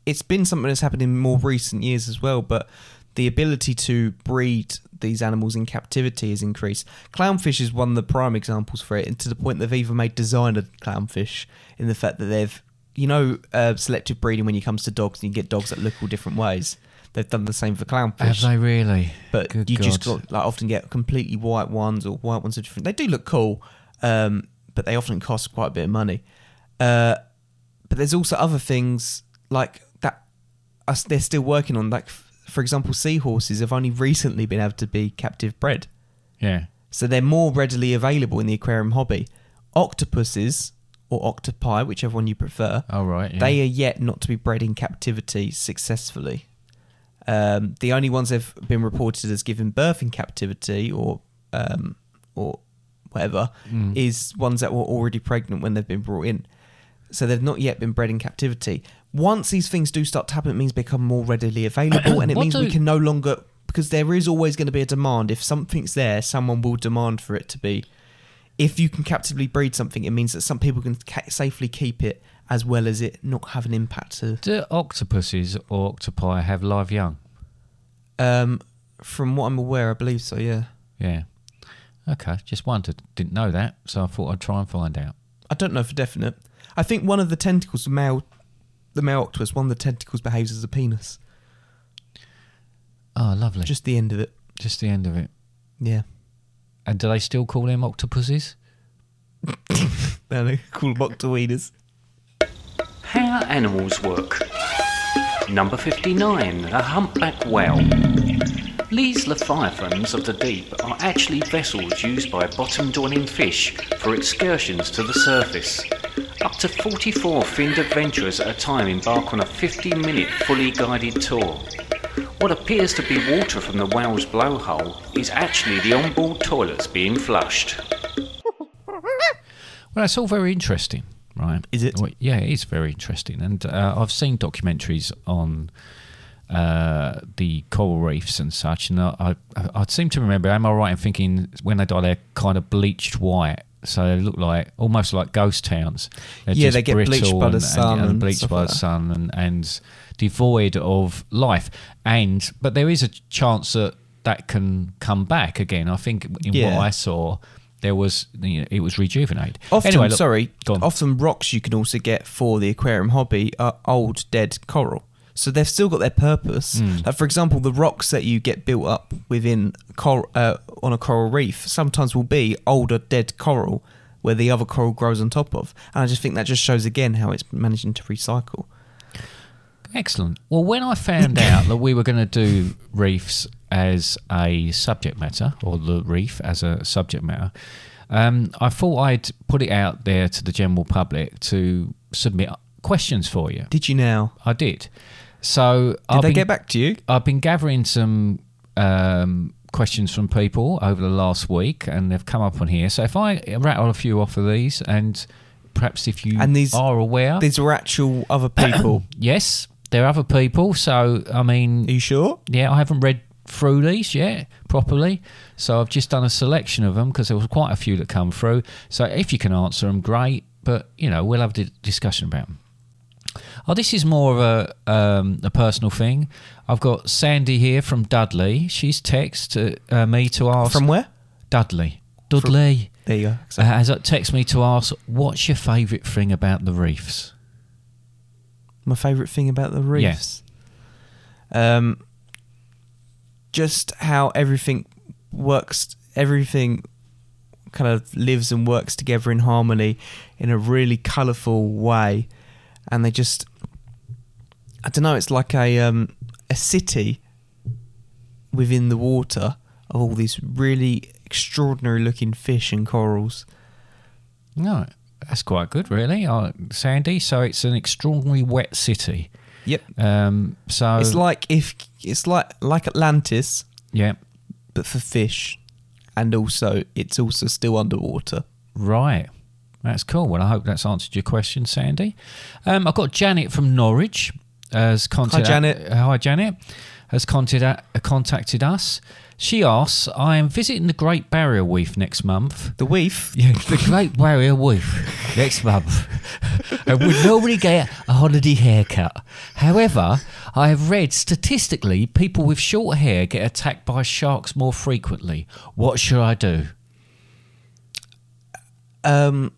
[SPEAKER 2] it's been something that's happened in more recent years as well. But the ability to breed these animals in captivity has increased. Clownfish is one of the prime examples for it, and to the point they've even made designer clownfish in the fact that they've you know uh, selective breeding when it comes to dogs, and you get dogs that look all different ways. They've done the same for clownfish.
[SPEAKER 3] really?
[SPEAKER 2] but you just got, like often get completely white ones or white ones are different. They do look cool, um, but they often cost quite a bit of money. Uh, but there's also other things like that us they're still working on. Like f- for example, seahorses have only recently been able to be captive bred,
[SPEAKER 3] yeah.
[SPEAKER 2] so they're more readily available in the aquarium hobby. Octopuses or octopi, whichever one you prefer,
[SPEAKER 3] Oh right, yeah.
[SPEAKER 2] they are yet not to be bred in captivity successfully. Um, the only ones that have been reported as giving birth in captivity or um, or whatever
[SPEAKER 3] Hmm.
[SPEAKER 2] is ones that were already pregnant when they've been brought in. So they've not yet been bred in captivity. Once these things do start to happen, it means they become more readily available, and it
[SPEAKER 3] What
[SPEAKER 2] means we
[SPEAKER 3] do-
[SPEAKER 2] can no longer because there is always going to be a demand. If something's there, someone will demand for it to be. If you can captively breed something, it means that some people can ca- safely keep it as well as it not have an impact to
[SPEAKER 3] Do octopuses or octopi have live young?
[SPEAKER 2] Um, from what I'm aware, I believe so. Yeah,
[SPEAKER 3] Yeah. Okay, just wondered. Didn't know that, so I thought I'd try and find out.
[SPEAKER 2] I don't know for definite. I think one of the tentacles, the male, the male octopus, one of the tentacles behaves as a penis.
[SPEAKER 3] Oh, lovely.
[SPEAKER 2] Just
[SPEAKER 3] Just,
[SPEAKER 2] the end of it.
[SPEAKER 3] just the end of it.
[SPEAKER 2] Yeah,
[SPEAKER 3] And do they still call them octopuses?
[SPEAKER 2] They're like- called octoenas.
[SPEAKER 4] How animals work. Number 59, a humpback whale. These leviathans of the deep are actually vessels used by bottom dwelling fish for excursions to the surface. Up to 44 finned adventurers at a time embark on a 50 minute fully guided tour. What appears to be water from the whale's blowhole is actually the onboard toilets being flushed.
[SPEAKER 3] Well, that's all very interesting, right?
[SPEAKER 2] Is it?
[SPEAKER 3] Well, yeah, it is very interesting. And uh, I've seen documentaries on uh, the coral reefs and such. And I, I, I seem to remember, am I right in thinking when they die, they're kind of bleached white? So they look like almost like ghost towns. They're
[SPEAKER 2] Yeah,
[SPEAKER 3] just
[SPEAKER 2] they get bleached
[SPEAKER 3] brittle
[SPEAKER 2] by the
[SPEAKER 3] and- and-
[SPEAKER 2] sun
[SPEAKER 3] and
[SPEAKER 2] and
[SPEAKER 3] bleached
[SPEAKER 2] stuff
[SPEAKER 3] by
[SPEAKER 2] like
[SPEAKER 3] the
[SPEAKER 2] that.
[SPEAKER 3] sun, and, and devoid of life. And but there is a chance that that can come back again. I think in
[SPEAKER 2] Yeah.
[SPEAKER 3] what I saw, there was you know, it was rejuvenated.
[SPEAKER 2] Often,
[SPEAKER 3] Anyway, look-
[SPEAKER 2] sorry,
[SPEAKER 3] go on.
[SPEAKER 2] often rocks you can also get for the aquarium hobby are old dead coral. So they've still got their purpose.
[SPEAKER 3] Hmm.
[SPEAKER 2] Like for example, the rocks that you get built up within cor- uh, on a coral reef sometimes will be older dead coral where the other coral grows on top of. And I just think that just shows again how it's managing to recycle.
[SPEAKER 3] Excellent. Well, when I found out that we were going to do reefs as a subject matter, or the reef as a subject matter, um, I thought I'd put it out there to the general public to submit questions for you.
[SPEAKER 2] Did you now?
[SPEAKER 3] I did. So
[SPEAKER 2] Did
[SPEAKER 3] I've
[SPEAKER 2] they
[SPEAKER 3] been-
[SPEAKER 2] get back to you?
[SPEAKER 3] I've been gathering some um, questions from people over the last week, and they've come up on here. So if I rattle a few off of these, and perhaps if you
[SPEAKER 2] And these-
[SPEAKER 3] are aware,
[SPEAKER 2] These were actual other people.
[SPEAKER 3] yes, there are other people. So I mean,
[SPEAKER 2] Are you sure?
[SPEAKER 3] yeah, I haven't read through these yet properly, so I've just done a selection of them because there was quite a few that come through. So if you can answer them, great. But you know, we'll have a di- discussion about them. Oh, this is more of a um, a personal thing. I've got Sandy here from Dudley. She's texted uh, me to ask
[SPEAKER 2] From where?
[SPEAKER 3] Dudley. Dudley
[SPEAKER 2] There you go.
[SPEAKER 3] uh, has texted me to ask, "What's your favourite thing about the reefs?"
[SPEAKER 2] My favourite thing about the reefs. Um, just how everything works, everything kind of lives and works together in harmony in a really colourful way. And they just, I don't know, it's like a, um, a city within the water of all these really extraordinary looking fish and corals.
[SPEAKER 3] No, that's quite good, really, uh, Sandy. So it's an extraordinarily wet city.
[SPEAKER 2] Yep.
[SPEAKER 3] Um, so
[SPEAKER 2] It's like if it's like like Atlantis,
[SPEAKER 3] yeah,
[SPEAKER 2] but for fish, and also it's also still underwater.
[SPEAKER 3] Right. That's cool. Well, I hope that's answered your question, Sandy. Um, I've got Janet from Norwich has contacted.
[SPEAKER 2] Janet.
[SPEAKER 3] uh, hi, Janet. Has contacted, uh, contacted us. She asks, "I am visiting the Great Barrier Reef next month.
[SPEAKER 2] The weef.
[SPEAKER 3] Yeah, the Great Barrier Reef next month. I would normally get a holiday haircut. However, I have read statistically people with short hair get attacked by sharks more frequently. What should I do?
[SPEAKER 2] Um,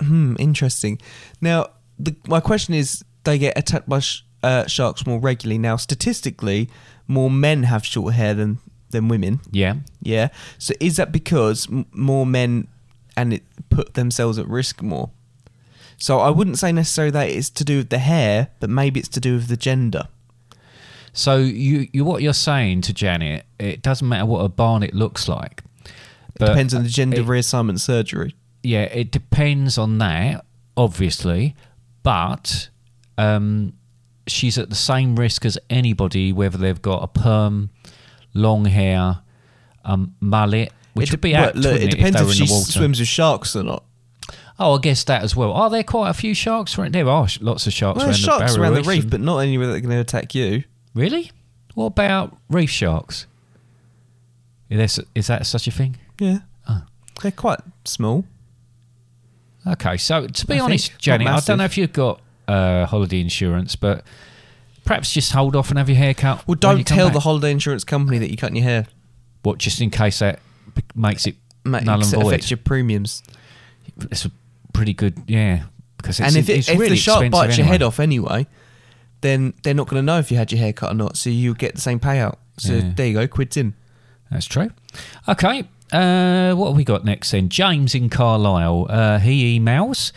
[SPEAKER 2] hmm, interesting. Now, the, my question is: They get attacked by sh- uh, sharks more regularly. Now, statistically, more men have short hair than than women.
[SPEAKER 3] Yeah.
[SPEAKER 2] Yeah. So, is that because m- more men and it put themselves at risk more? So, I wouldn't say necessarily that it's to do with the hair, but maybe it's to do with the gender.
[SPEAKER 3] So you, you what you're saying to Janet, it doesn't matter what a barnet looks like. But
[SPEAKER 2] Depends on the gender
[SPEAKER 3] Uh, it-
[SPEAKER 2] reassignment surgery.
[SPEAKER 3] yeah, it depends on that, obviously. But um, she's at the same risk as anybody, whether they've got a perm, long hair, um, mullet, which
[SPEAKER 2] it
[SPEAKER 3] would be
[SPEAKER 2] well,
[SPEAKER 3] apt,
[SPEAKER 2] look,
[SPEAKER 3] wouldn't
[SPEAKER 2] it
[SPEAKER 3] it,
[SPEAKER 2] depends if,
[SPEAKER 3] if they were
[SPEAKER 2] she
[SPEAKER 3] in the water.
[SPEAKER 2] swims with sharks or not.
[SPEAKER 3] Oh, I guess that as well. Are there quite a few sharks? around- There are sh- lots of sharks
[SPEAKER 2] Well,
[SPEAKER 3] around
[SPEAKER 2] there's sharks
[SPEAKER 3] the barrier
[SPEAKER 2] around the reef,
[SPEAKER 3] and-
[SPEAKER 2] but not anywhere that are going to attack you.
[SPEAKER 3] really, what about reef sharks? Is, there s- is that such a thing?
[SPEAKER 2] Yeah,
[SPEAKER 3] Oh.
[SPEAKER 2] they're quite small.
[SPEAKER 3] Okay, so to be
[SPEAKER 2] I think
[SPEAKER 3] honest,
[SPEAKER 2] not
[SPEAKER 3] Jenny, I
[SPEAKER 2] massive.
[SPEAKER 3] don't know if you've got uh, holiday insurance, but perhaps just hold off and have your hair cut.
[SPEAKER 2] Well,
[SPEAKER 3] when you
[SPEAKER 2] don't
[SPEAKER 3] come
[SPEAKER 2] tell
[SPEAKER 3] back.
[SPEAKER 2] the holiday insurance company that you cut your hair.
[SPEAKER 3] What, just in case that b- makes it
[SPEAKER 2] Mate,
[SPEAKER 3] null and
[SPEAKER 2] it
[SPEAKER 3] void.
[SPEAKER 2] affects your premiums.
[SPEAKER 3] It's a pretty good, yeah, because it's,
[SPEAKER 2] and if, it,
[SPEAKER 3] it's
[SPEAKER 2] if
[SPEAKER 3] really
[SPEAKER 2] the shark
[SPEAKER 3] expensive
[SPEAKER 2] bites your
[SPEAKER 3] anyway.
[SPEAKER 2] head off anyway, then they're not going to know if you had your hair cut or not, so you get the same payout. So
[SPEAKER 3] Yeah.
[SPEAKER 2] there you go, quids in.
[SPEAKER 3] That's true. Okay. Uh, what have we got next then? James in Carlisle. Uh, he emails,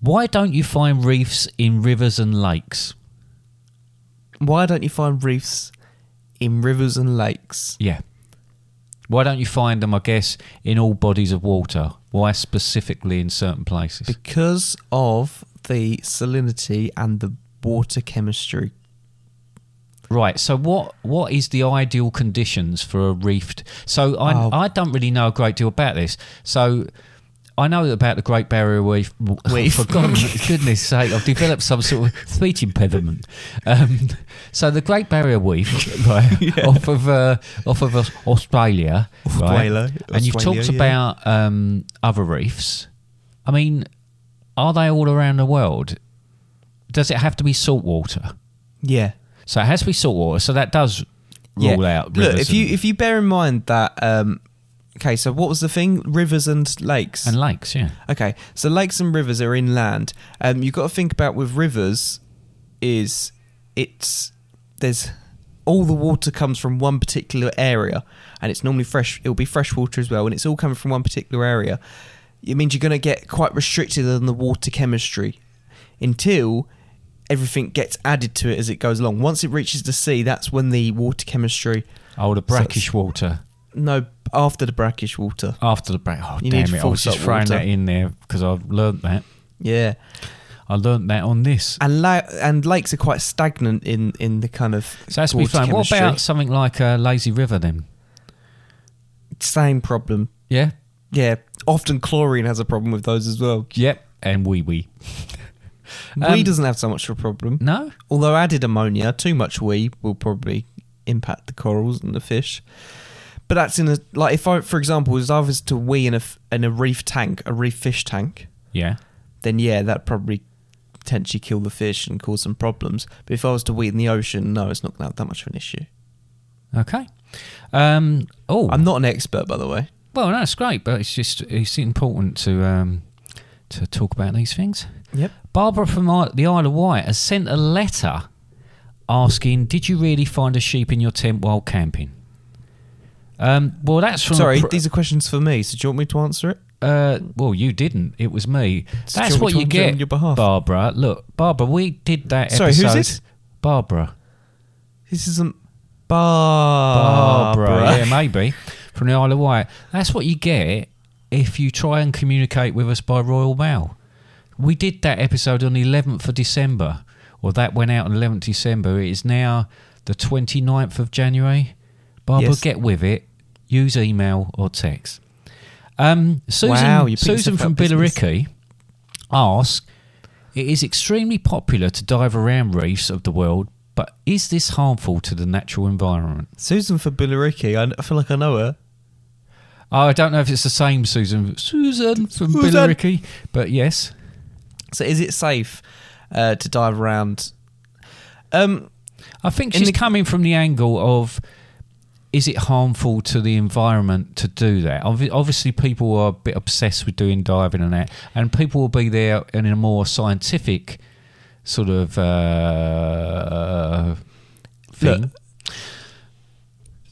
[SPEAKER 3] Why don't you find reefs in rivers and lakes?
[SPEAKER 2] Why don't you find reefs in rivers and lakes?
[SPEAKER 3] Yeah. Why don't you find them, I guess, in all bodies of water? Why specifically in certain places?
[SPEAKER 2] Because of the salinity and the water chemistry.
[SPEAKER 3] Right. So what what is the ideal conditions for a reefed? So I
[SPEAKER 2] Oh.
[SPEAKER 3] I don't really know a great deal about this. So I know about the Great Barrier Reef.
[SPEAKER 2] Reef.
[SPEAKER 3] For God, goodness sake, I've developed some sort of speech impediment. Um, so the Great Barrier Reef, right, off of uh, off of Aus- Australia, right?
[SPEAKER 2] Australia,
[SPEAKER 3] and you've
[SPEAKER 2] Australia,
[SPEAKER 3] talked
[SPEAKER 2] yeah.
[SPEAKER 3] about um, other reefs. I mean, are they all around the world? Does it have to be saltwater?
[SPEAKER 2] Yeah.
[SPEAKER 3] So it has to be salt water. So that does rule out.
[SPEAKER 2] Look,
[SPEAKER 3] rivers
[SPEAKER 2] if you
[SPEAKER 3] and,
[SPEAKER 2] if you bear in mind that um okay, so what was the thing? Rivers and lakes.
[SPEAKER 3] and lakes, yeah,
[SPEAKER 2] okay, so lakes and rivers are inland. Um you've got to think about with rivers is it's there's all the water comes from one particular area and it's normally fresh it'll be fresh water as well and it's all coming from one particular area. It means you're gonna get quite restricted on the water chemistry until everything gets added to it as it goes along. Once it reaches the sea, that's when the water chemistry
[SPEAKER 3] oh, the brackish
[SPEAKER 2] it's-
[SPEAKER 3] water
[SPEAKER 2] no, after the brackish water.
[SPEAKER 3] after the brack. Oh,
[SPEAKER 2] You need
[SPEAKER 3] damn it! I
[SPEAKER 2] full
[SPEAKER 3] was just
[SPEAKER 2] salt
[SPEAKER 3] throwing
[SPEAKER 2] water.
[SPEAKER 3] that in there because I've learnt that.
[SPEAKER 2] Yeah,
[SPEAKER 3] I learnt that on this.
[SPEAKER 2] and la- and lakes are quite stagnant in in the kind of
[SPEAKER 3] So that's be
[SPEAKER 2] water
[SPEAKER 3] fun. What
[SPEAKER 2] chemistry.
[SPEAKER 3] about something like a lazy river then?
[SPEAKER 2] same problem?
[SPEAKER 3] Yeah.
[SPEAKER 2] Yeah, often chlorine has a problem with those as well.
[SPEAKER 3] Yep. And wee wee. Um,
[SPEAKER 2] wee doesn't have so much of a problem,
[SPEAKER 3] No.
[SPEAKER 2] although added ammonia, too much wee will probably impact the corals and the fish. But that's in a like if I, for example, was I was to wee in a f- in a reef tank, a reef fish tank,
[SPEAKER 3] Yeah.
[SPEAKER 2] then yeah, that probably potentially kill the fish and cause some problems. But if I was to weed in the ocean, no, it's not going to have that much of an issue.
[SPEAKER 3] Okay. Um, oh,
[SPEAKER 2] I'm not an expert, by the way.
[SPEAKER 3] well, that's great, but it's just it's important to um, to talk about these things.
[SPEAKER 2] Yep.
[SPEAKER 3] Barbara from I- the Isle of Wight has sent a letter asking, "Did you really find a sheep in your tent while camping?" Um, well, that's from a
[SPEAKER 2] Sorry,
[SPEAKER 3] pr-
[SPEAKER 2] these are questions for me. So do you want me to answer it?
[SPEAKER 3] Uh, well, you didn't. It was me.
[SPEAKER 2] So do you
[SPEAKER 3] That's
[SPEAKER 2] want me
[SPEAKER 3] what
[SPEAKER 2] to
[SPEAKER 3] you
[SPEAKER 2] answer
[SPEAKER 3] get,
[SPEAKER 2] on your behalf?
[SPEAKER 3] Barbara. Look, Barbara, we did that.
[SPEAKER 2] Sorry, who's
[SPEAKER 3] episode.
[SPEAKER 2] this?
[SPEAKER 3] Barbara.
[SPEAKER 2] This isn't Barbara. Ah,
[SPEAKER 3] Barbara. Yeah, maybe from the Isle of Wight. That's what you get if you try and communicate with us by Royal Mail. We did that episode on the 11th of December, or that went out on 11th December. It is now the 29th of January. Barbara,
[SPEAKER 2] Yes.
[SPEAKER 3] get with it. Use email or text. Um, Susan,
[SPEAKER 2] Wow, you picked
[SPEAKER 3] Susan
[SPEAKER 2] yourself
[SPEAKER 3] from
[SPEAKER 2] up business.
[SPEAKER 3] Billericay asks, it is extremely popular to dive around reefs of the world, but is this harmful to the natural environment?
[SPEAKER 2] Susan for Billericay. I, I feel like I know her.
[SPEAKER 3] Oh, I don't know if it's the same Susan Susan from
[SPEAKER 2] Susan.
[SPEAKER 3] Billericay, but yes.
[SPEAKER 2] So is it safe uh, to dive around? Um,
[SPEAKER 3] I think
[SPEAKER 2] In
[SPEAKER 3] she's
[SPEAKER 2] the-
[SPEAKER 3] coming from the angle of is it harmful to the environment to do that? Obvi- Obviously, people are a bit obsessed with doing diving and that, and people will be there in a more scientific sort of uh, thing.
[SPEAKER 2] Look,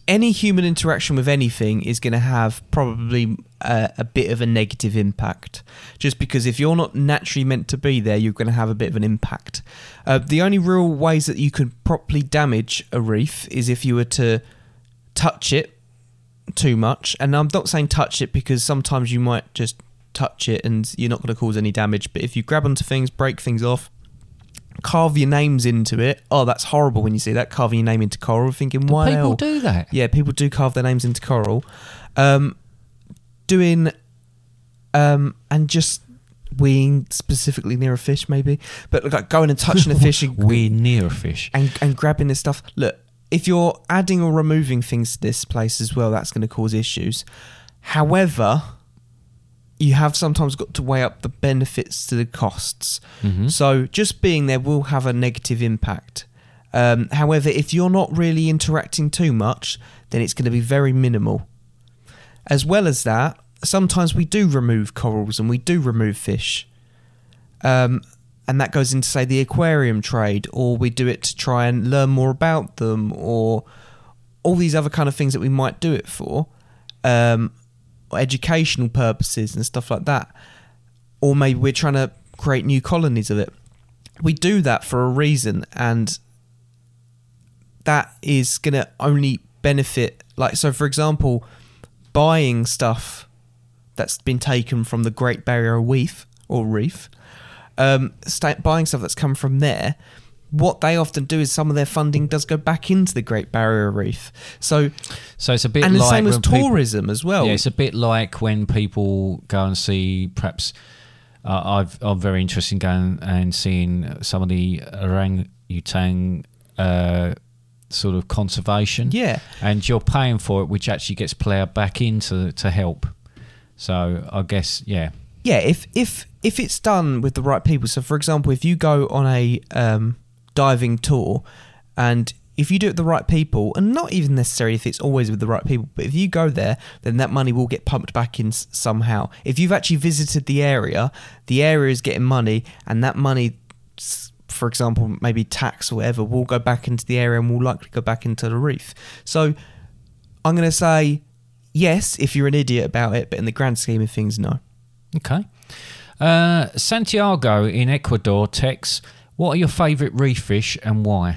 [SPEAKER 2] any human interaction with anything is going to have probably uh, a, a bit of a negative impact. Just because if you're not naturally meant to be there, you're going to have a bit of an impact. Uh, the only real ways that you can properly damage a reef is if you were to touch it too much. And I'm not saying touch it because sometimes you might just touch it and you're not going to cause any damage. But if you grab onto things, break things off, carve your names into it. Oh, that's horrible when you see that carving your name into coral. Thinking, why the
[SPEAKER 3] people
[SPEAKER 2] hell?"
[SPEAKER 3] do that.
[SPEAKER 2] Yeah, people do carve their names into coral. Um, doing um, and just weeing specifically near a fish, maybe. But like going and touching a fish and
[SPEAKER 3] We're near a fish.
[SPEAKER 2] and and grabbing this stuff. Look, if you're adding or removing things to this place as well, that's going to cause issues. However, you have sometimes got to weigh up the benefits to the costs. So just being there will have a negative impact. Um, however, if you're not really interacting too much, then it's going to be very minimal. As well as that, sometimes we do remove corals and we do remove fish. Um, and that goes into, say, the aquarium trade, or we do it to try and learn more about them, or all these other kind of things that we might do it for, um, or educational purposes and stuff like that. Or maybe we're trying to create new colonies of it. We do that for a reason, and that is going to only benefit like so for example buying stuff that's been taken from the great barrier reef or reef um, sta buying stuff that's come from there what they often do is some of their funding does go back into the great barrier reef so
[SPEAKER 3] So it's a bit
[SPEAKER 2] and the
[SPEAKER 3] like
[SPEAKER 2] same as
[SPEAKER 3] when people-
[SPEAKER 2] tourism as well
[SPEAKER 3] Yeah, it's a bit like when people go and see perhaps. Uh, I've, I'm very interested in going and seeing some of the orangutan uh, sort of conservation.
[SPEAKER 2] Yeah.
[SPEAKER 3] And you're paying for it, which actually gets ploughed back into to help. So I guess, yeah.
[SPEAKER 2] yeah, if if if it's done with the right people. So, for example, if you go on a um, diving tour, and if you do it with the right people, and not even necessarily if it's always with the right people, but if you go there, then that money will get pumped back in s- somehow. If you've actually visited the area, the area is getting money, and that money. s- For example, maybe tax or whatever will go back into the area and will likely go back into the reef. So I'm going to say yes if you're an idiot about it, but in the grand scheme of things, no.
[SPEAKER 3] Okay. Uh, Santiago in Ecuador texts, What are your favourite reef fish and why?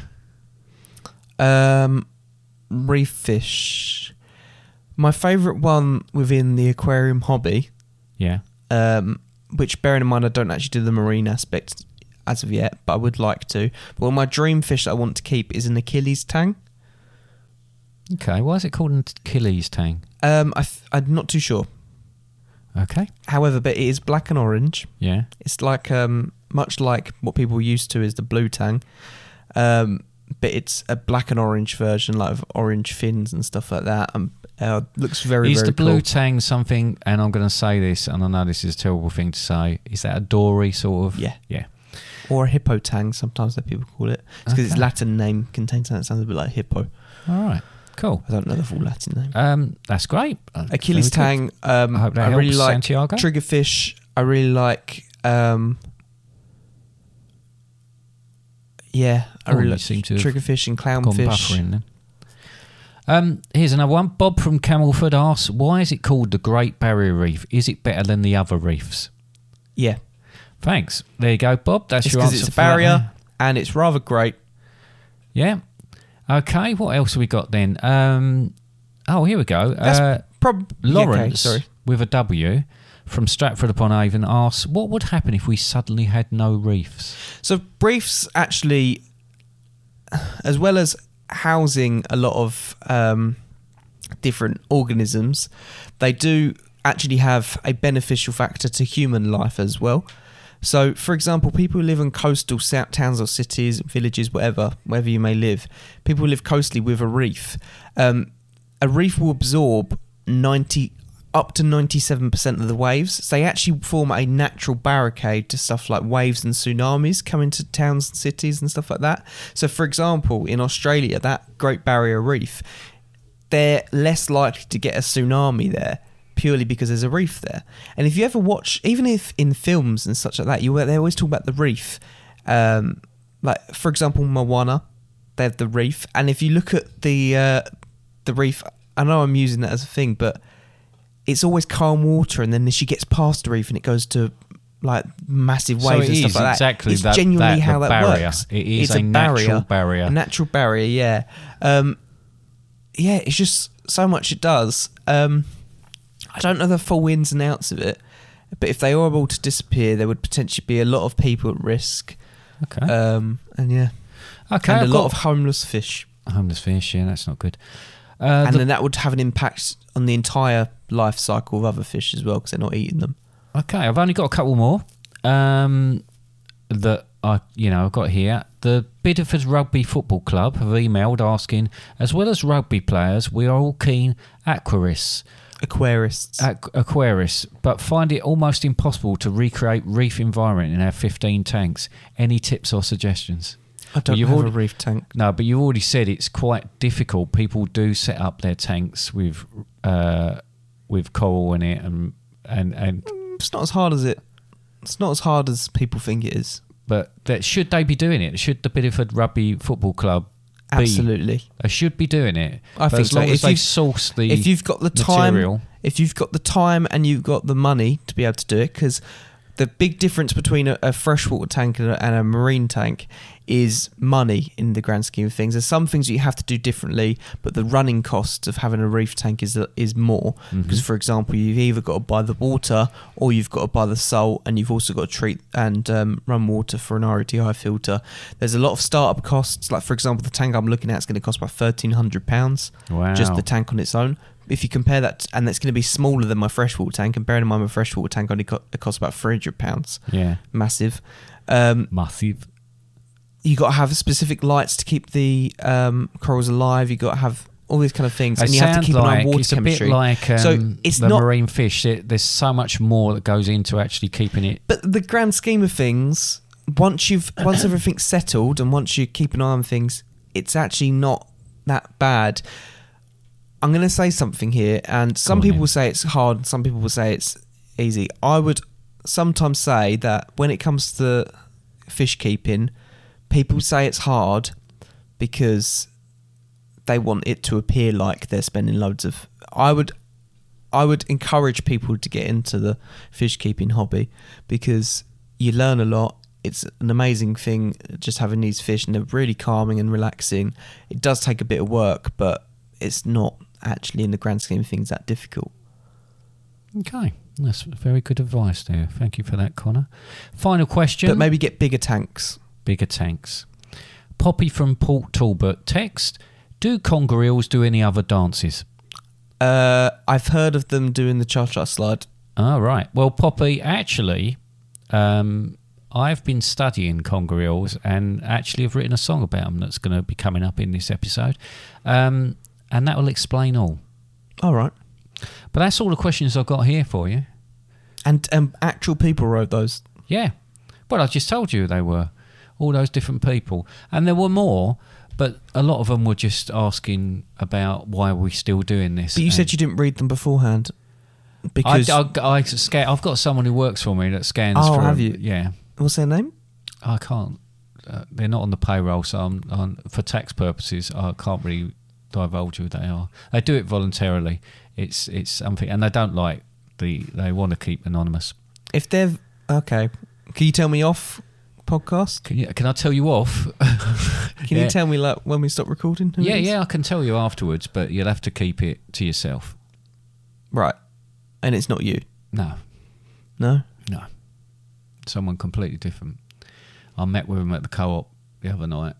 [SPEAKER 2] Um, reef fish. My favourite one within the aquarium hobby,
[SPEAKER 3] Yeah.
[SPEAKER 2] um, which bearing in mind I don't actually do the marine aspect as of yet, but I would like to. But one of my dream fish that I want to keep is an Achilles tang.
[SPEAKER 3] Okay. Why is it called an Achilles tang?
[SPEAKER 2] Um, I th- I'm not too sure.
[SPEAKER 3] Okay.
[SPEAKER 2] However, but it is black and orange.
[SPEAKER 3] Yeah.
[SPEAKER 2] It's like um, much like what people are used to is the blue tang, um, but it's a black and orange version, like with orange fins and stuff like that. And uh, looks very
[SPEAKER 3] is
[SPEAKER 2] very
[SPEAKER 3] the blue
[SPEAKER 2] cool.
[SPEAKER 3] tang something? And I'm going to say this, and I know this is a terrible thing to say. Is that a dory sort of?
[SPEAKER 2] Yeah. or a hippo tang. Sometimes that people call it because its
[SPEAKER 3] Okay.
[SPEAKER 2] Latin name contains something that sounds a bit like hippo.
[SPEAKER 3] All right. Cool.
[SPEAKER 2] I don't know the full Latin name.
[SPEAKER 3] Um, that's great. Uh,
[SPEAKER 2] Achilles
[SPEAKER 3] very
[SPEAKER 2] tang.
[SPEAKER 3] good.
[SPEAKER 2] Um,
[SPEAKER 3] I
[SPEAKER 2] I,
[SPEAKER 3] hope that
[SPEAKER 2] really
[SPEAKER 3] helps,
[SPEAKER 2] like
[SPEAKER 3] Santiago.
[SPEAKER 2] triggerfish. I really like. Um, yeah, I
[SPEAKER 3] Oh,
[SPEAKER 2] really
[SPEAKER 3] you
[SPEAKER 2] like
[SPEAKER 3] seem to have
[SPEAKER 2] triggerfish and
[SPEAKER 3] Gone
[SPEAKER 2] clownfish.
[SPEAKER 3] buffering then. Um, here's another one. Bob from Camelford asks, "Why is it called the Great Barrier Reef? Is it better than the other reefs?"
[SPEAKER 2] Yeah,
[SPEAKER 3] Thanks. There you go, Bob. That's
[SPEAKER 2] it's
[SPEAKER 3] your
[SPEAKER 2] because
[SPEAKER 3] answer.
[SPEAKER 2] it's a
[SPEAKER 3] for that eh? one.
[SPEAKER 2] barrier and it's rather great.
[SPEAKER 3] Yeah. Okay. What else have we got then? Um, oh, here we go.
[SPEAKER 2] That's
[SPEAKER 3] Uh,
[SPEAKER 2] prob-
[SPEAKER 3] Lawrence
[SPEAKER 2] Okay, sorry.
[SPEAKER 3] with a W from Stratford upon Avon asks, "What would happen if we suddenly had no reefs?"
[SPEAKER 2] So briefs actually, as well as housing a lot of um, different organisms, they do actually have a beneficial factor to human life as well. So, for example, people who live in coastal sou- towns or cities, villages, whatever, wherever you may live, people who live coastally with a reef, um, a reef will absorb 90 up to 97% of the waves. So they actually form a natural barricade to stuff like waves and tsunamis coming to towns and cities and stuff like that. So, for example, in Australia, that Great Barrier Reef, they're less likely to get a tsunami there purely because there's a reef there. And if you ever watch, even if in films and such like that, you they always talk about the reef. Um, like for example, Moana, they have the reef, and if you look at the uh, the reef, I know I'm using that as a thing, but it's always calm water, and then she gets past the reef and it goes to like massive
[SPEAKER 3] So
[SPEAKER 2] waves
[SPEAKER 3] it
[SPEAKER 2] and
[SPEAKER 3] is
[SPEAKER 2] stuff like that.
[SPEAKER 3] exactly
[SPEAKER 2] it's
[SPEAKER 3] that-
[SPEAKER 2] genuinely
[SPEAKER 3] that-
[SPEAKER 2] how
[SPEAKER 3] the
[SPEAKER 2] that
[SPEAKER 3] barrier.
[SPEAKER 2] works.
[SPEAKER 3] It is
[SPEAKER 2] it's
[SPEAKER 3] a natural barrier.
[SPEAKER 2] a natural barrier. Yeah. Um, yeah, it's just so much it does. Um, I don't know the full ins and outs of it, but if they are able to disappear, there would potentially be a lot of people at risk.
[SPEAKER 3] Okay.
[SPEAKER 2] Um, and yeah,
[SPEAKER 3] okay.
[SPEAKER 2] and
[SPEAKER 3] I've
[SPEAKER 2] a lot of
[SPEAKER 3] got-
[SPEAKER 2] homeless fish,
[SPEAKER 3] homeless fish. Yeah, that's not good. Uh,
[SPEAKER 2] and
[SPEAKER 3] the-
[SPEAKER 2] then that would have an impact on the entire life cycle of other fish as well because they're not eating them.
[SPEAKER 3] Okay, I've only got a couple more um, that I, you know, I've got here. The Bideford Rugby Football Club have emailed asking, as well as rugby players, we are all keen aquarists,
[SPEAKER 2] Aquarists.
[SPEAKER 3] aqu- aquarists, but find it almost impossible to recreate reef environment in our 15 tanks. Any tips or suggestions?
[SPEAKER 2] I don't
[SPEAKER 3] you've
[SPEAKER 2] have a
[SPEAKER 3] already-
[SPEAKER 2] reef tank.
[SPEAKER 3] No, but you already said it's quite difficult. People do set up their tanks with uh, with coral in it, and and and
[SPEAKER 2] It's not as hard as it. It's not as hard as people think it is.
[SPEAKER 3] But that should they be doing it? Should the Bideford Rugby Football Club be?
[SPEAKER 2] Absolutely.
[SPEAKER 3] They should be doing it.
[SPEAKER 2] I
[SPEAKER 3] But
[SPEAKER 2] think
[SPEAKER 3] as long
[SPEAKER 2] so.
[SPEAKER 3] as
[SPEAKER 2] If
[SPEAKER 3] they
[SPEAKER 2] you've-
[SPEAKER 3] source the
[SPEAKER 2] if you've got the time,
[SPEAKER 3] material.
[SPEAKER 2] if you've got the time and you've got the money to be able to do it, because the big difference between a, a freshwater tank and a, and a marine tank is money in the grand scheme of things. There's some things you have to do differently, but the running costs of having a reef tank is is more. Because, for example, you've either got to buy the water or you've got to buy the salt, and you've also got to treat and um, run water for an ROTI filter. There's a lot of startup costs. Like, for example, the tank I'm looking at is going to cost about £1,300. Just
[SPEAKER 3] Wow.
[SPEAKER 2] the tank on its own. If you compare that, and that's going to be smaller than my freshwater tank. And bearing in mind, my freshwater tank only co- it costs about three hundred pounds.
[SPEAKER 3] yeah
[SPEAKER 2] Massive. Um,
[SPEAKER 3] massive.
[SPEAKER 2] you got to have specific lights to keep the um, corals alive. You got to have all these kind of things, and you have to keep an eye on water
[SPEAKER 3] it's
[SPEAKER 2] chemistry.
[SPEAKER 3] a bit like um,
[SPEAKER 2] so it's
[SPEAKER 3] the
[SPEAKER 2] not.
[SPEAKER 3] marine fish. There- There's so much more that goes into actually keeping it.
[SPEAKER 2] but the grand scheme of things, once you've once everything's settled, and once you keep an eye on things, it's actually not that bad. I'm going to say something here, and some
[SPEAKER 3] on
[SPEAKER 2] people
[SPEAKER 3] then.
[SPEAKER 2] will say it's hard, and some people will say it's easy. I would sometimes say that when it comes to fish keeping, people say it's hard because they want it to appear like they're spending loads of. I would, I would encourage people to get into the fish keeping hobby because you learn a lot. It's an amazing thing just having these fish, and they're really calming and relaxing. It does take a bit of work, but it's not actually in the grand scheme of things that difficult.
[SPEAKER 3] Okay, that's very good advice there. Thank you for that, Connor. Final question.
[SPEAKER 2] But maybe get bigger tanks.
[SPEAKER 3] bigger tanks. Poppy from Port Talbot text: Do conger eels do any other dances?
[SPEAKER 2] Uh, I've heard of them doing the cha cha slide.
[SPEAKER 3] All Ah, right. Well, Poppy, actually, um, I've been studying conger eels and actually have written a song about them that's going to be coming up in this episode. Um, and that will explain all.
[SPEAKER 2] All right.
[SPEAKER 3] But that's all the questions I've got here for you.
[SPEAKER 2] And um, actual people wrote those.
[SPEAKER 3] Yeah. Well, I just told you they were. all those different people. And there were more, but a lot of them were just asking about why we're still doing this.
[SPEAKER 2] But you
[SPEAKER 3] And-
[SPEAKER 2] said you didn't read them beforehand
[SPEAKER 3] I,
[SPEAKER 2] because
[SPEAKER 3] I, I scan, I've got someone who works for me that scans.
[SPEAKER 2] Oh,
[SPEAKER 3] for,
[SPEAKER 2] have you?
[SPEAKER 3] Yeah,
[SPEAKER 2] what's their name?
[SPEAKER 3] I can't. Uh, they're not on the payroll, so I'm on, for tax purposes. I can't really divulge who they are. They do it voluntarily. It's it's something, and they don't like the. They want to keep anonymous.
[SPEAKER 2] If they're okay, can you tell me off podcast?
[SPEAKER 3] Can, you, can I tell you off?
[SPEAKER 2] Can
[SPEAKER 3] Yeah.
[SPEAKER 2] you tell me like when we stop recording? who it
[SPEAKER 3] yeah,
[SPEAKER 2] is?
[SPEAKER 3] yeah, I can tell you afterwards, but you'll have to keep it to yourself.
[SPEAKER 2] Right, and it's not you.
[SPEAKER 3] No,
[SPEAKER 2] No,
[SPEAKER 3] No. Someone completely different. I met with him at the co op the other night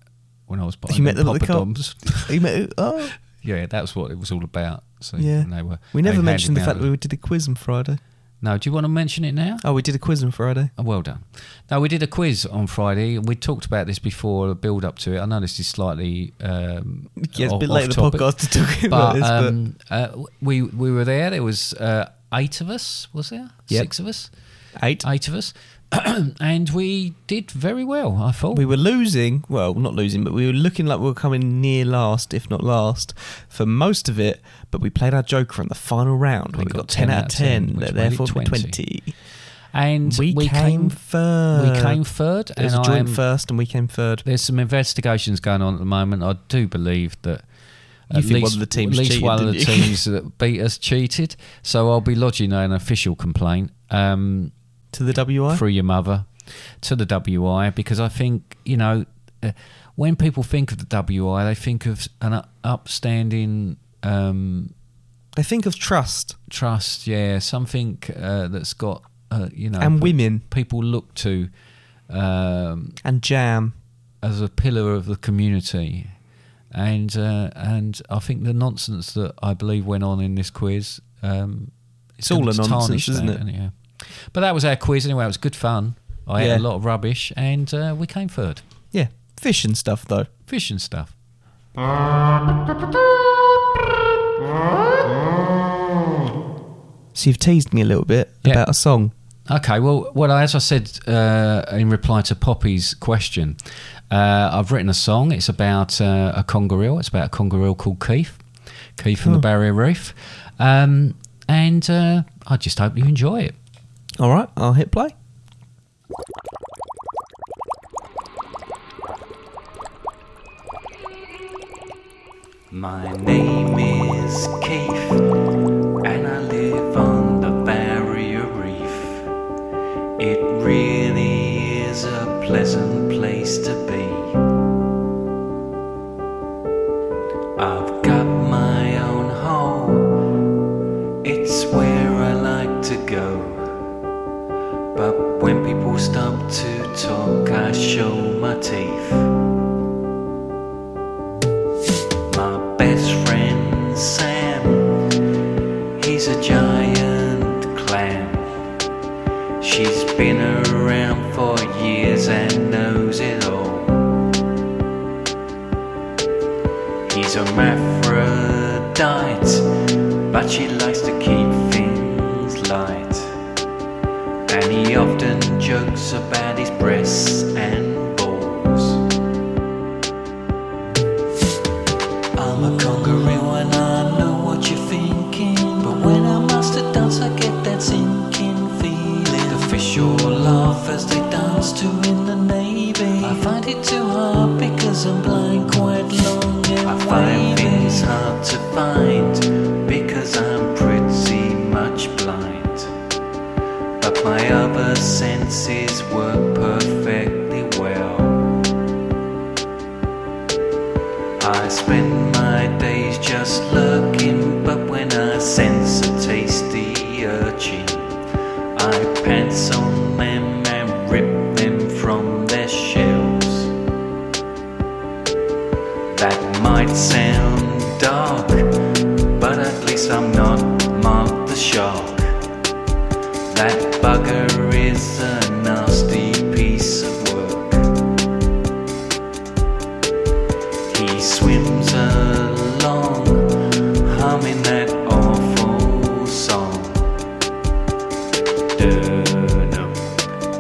[SPEAKER 3] when I was buying
[SPEAKER 2] You met them at the co-op?
[SPEAKER 3] poppadoms.
[SPEAKER 2] You met- oh,
[SPEAKER 3] yeah, that's what it was all about. So
[SPEAKER 2] Yeah.
[SPEAKER 3] and they were,
[SPEAKER 2] we
[SPEAKER 3] they
[SPEAKER 2] never
[SPEAKER 3] handed
[SPEAKER 2] mentioned the
[SPEAKER 3] me
[SPEAKER 2] fact
[SPEAKER 3] over-
[SPEAKER 2] that we did a quiz on Friday.
[SPEAKER 3] No, do you want to mention it now?
[SPEAKER 2] Oh, we did a quiz on Friday.
[SPEAKER 3] Oh, well done. Now, we did a quiz on Friday. We talked about this before, the build up to it. I know this is slightly. Um,
[SPEAKER 2] Yeah, it's a
[SPEAKER 3] off-
[SPEAKER 2] bit late
[SPEAKER 3] off
[SPEAKER 2] in the
[SPEAKER 3] topic,
[SPEAKER 2] podcast to talk about
[SPEAKER 3] But,
[SPEAKER 2] this, but
[SPEAKER 3] um, uh, we, we were there. There was uh, eight of us, was there?
[SPEAKER 2] Yep.
[SPEAKER 3] Six of us?
[SPEAKER 2] eight.
[SPEAKER 3] Eight of us. and we did very well, I thought.
[SPEAKER 2] We were losing, well, not losing, but we were looking like we were coming near last, if not last, for most of it. But we played our Joker on the final round. We, we got, 10 out of 10,
[SPEAKER 3] which made it
[SPEAKER 2] therefore 20.
[SPEAKER 3] 20. and we, came,
[SPEAKER 2] third.
[SPEAKER 3] we came third,
[SPEAKER 2] It was
[SPEAKER 3] and
[SPEAKER 2] a joint
[SPEAKER 3] I'm-
[SPEAKER 2] first, and we came third.
[SPEAKER 3] there's some investigations going on at the moment. I do believe that
[SPEAKER 2] You
[SPEAKER 3] at
[SPEAKER 2] think one
[SPEAKER 3] least,
[SPEAKER 2] of the teams
[SPEAKER 3] at least
[SPEAKER 2] cheated,
[SPEAKER 3] one of the
[SPEAKER 2] didn't you?
[SPEAKER 3] teams that beat us cheated. So I'll be lodging an official complaint um,
[SPEAKER 2] To the WI?
[SPEAKER 3] through your mother to the WI because I think you know uh, when people think of the WI, they think of an u- upstanding. Um,
[SPEAKER 2] They think of trust
[SPEAKER 3] trust, yeah, something uh, that's got uh, you know,
[SPEAKER 2] and
[SPEAKER 3] pe-
[SPEAKER 2] women
[SPEAKER 3] people look to um,
[SPEAKER 2] and jam.
[SPEAKER 3] as a pillar of the community, and uh, and I think the nonsense that I believe went on in this quiz, um,
[SPEAKER 2] It's all
[SPEAKER 3] gonna
[SPEAKER 2] a nonsense,
[SPEAKER 3] tarnish
[SPEAKER 2] isn't
[SPEAKER 3] that,
[SPEAKER 2] it?
[SPEAKER 3] isn't Yeah. But that was our quiz anyway. It was good fun. I had
[SPEAKER 2] Yeah.
[SPEAKER 3] a lot of rubbish, and uh, we came third.
[SPEAKER 2] Yeah, fish and stuff, though.
[SPEAKER 3] Fish and stuff.
[SPEAKER 2] So you've teased me a little bit
[SPEAKER 3] Yeah.
[SPEAKER 2] about a song.
[SPEAKER 3] Okay, well, well, as I said uh, in reply to Poppy's question, uh, I've written a song. It's about uh, a congareel. It's about a congareel called Keith, Keith
[SPEAKER 2] Hmm.
[SPEAKER 3] from the Barrier Reef, um, and uh, I just hope you enjoy it.
[SPEAKER 2] All right, I'll hit play.
[SPEAKER 4] My name is Keith, and I live on the barrier reef. It really is a pleasant place to be. I've got my own home, it's where I like to go. But when people stop to talk, I show my teeth. my best friend Sam. He's a giant clam. She's been around for years and knows it all. He's a hermaphrodite, but she likes to keep things light. And he often jokes about his breasts and balls. I'm a conqueror and I know what you're thinking. But when I master dance, I get that sinking feeling. The fish all laugh as they dance to in the navy. I find it too hard because I'm blind quite long. And I find things hard to find because I'm pretty much blind. But my other senses work perfectly well. I spend my days just lurking, but when I sense a tasty urchin, I pants on them and rip them from their shells. That might sound dark, but at least I'm not Mark the Shark. That bugger is a nasty piece of work. He swims along, humming that awful song. Durnum,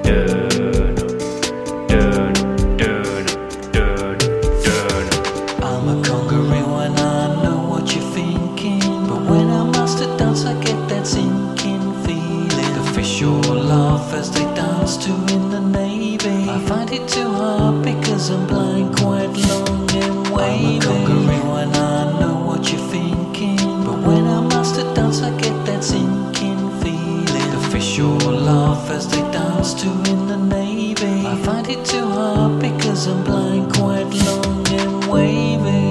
[SPEAKER 4] durnum, durnum, durnum, I get that sinking feeling. The fish all laugh as they dance to in the navy. I find it too hard because I'm blind, quite long and wavy. I'm a conqueror when I know what you're thinking. But when I master dance, I get that sinking feeling. The fish all laugh as they dance to in the navy. I find it too hard because I'm blind, quite long and wavy.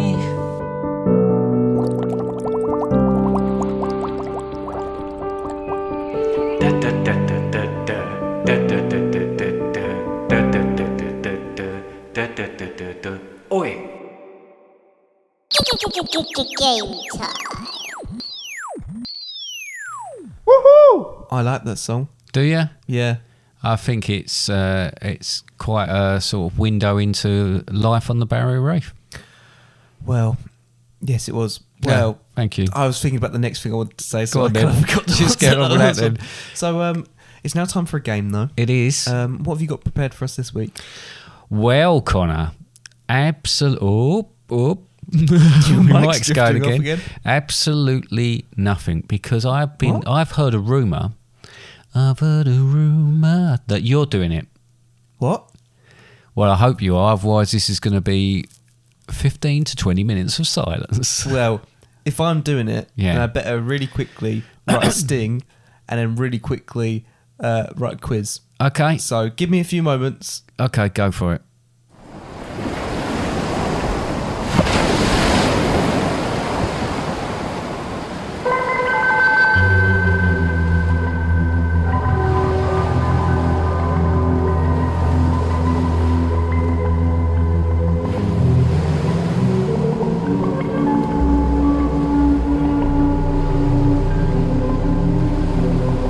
[SPEAKER 5] Oi!
[SPEAKER 6] Game time.
[SPEAKER 2] I like that song.
[SPEAKER 3] Do you?
[SPEAKER 2] Yeah.
[SPEAKER 3] I think it's uh, it's quite a sort of window into life on the Barrier Reef.
[SPEAKER 2] Well, yes, it was.
[SPEAKER 3] Yeah,
[SPEAKER 2] Well,
[SPEAKER 3] thank you.
[SPEAKER 2] I was thinking about the next thing I wanted to say, so
[SPEAKER 3] Go
[SPEAKER 2] I
[SPEAKER 3] on
[SPEAKER 2] kind
[SPEAKER 3] then.
[SPEAKER 2] of forgot to
[SPEAKER 3] Just get
[SPEAKER 2] answer
[SPEAKER 3] on with that
[SPEAKER 2] last one.
[SPEAKER 3] then.
[SPEAKER 2] So, um, it's now time for a game, though.
[SPEAKER 3] It is.
[SPEAKER 2] Um, what have you got prepared for us this week?
[SPEAKER 3] well, Connor, absolutely. Oh, oh.
[SPEAKER 2] mic's
[SPEAKER 3] mic's going
[SPEAKER 2] drifting off
[SPEAKER 3] again.
[SPEAKER 2] again.
[SPEAKER 3] Absolutely nothing, because I've been. I've heard a rumor. I've heard a rumor that you're doing it.
[SPEAKER 2] What?
[SPEAKER 3] Well, I hope you are. Otherwise, this is going to be fifteen to twenty minutes of silence.
[SPEAKER 2] Well, if I'm doing it,
[SPEAKER 3] Yeah.
[SPEAKER 2] then I better really quickly write a sting, and then really quickly uh, write a quiz.
[SPEAKER 3] Okay.
[SPEAKER 2] So, give me a few moments.
[SPEAKER 3] Okay, go for it.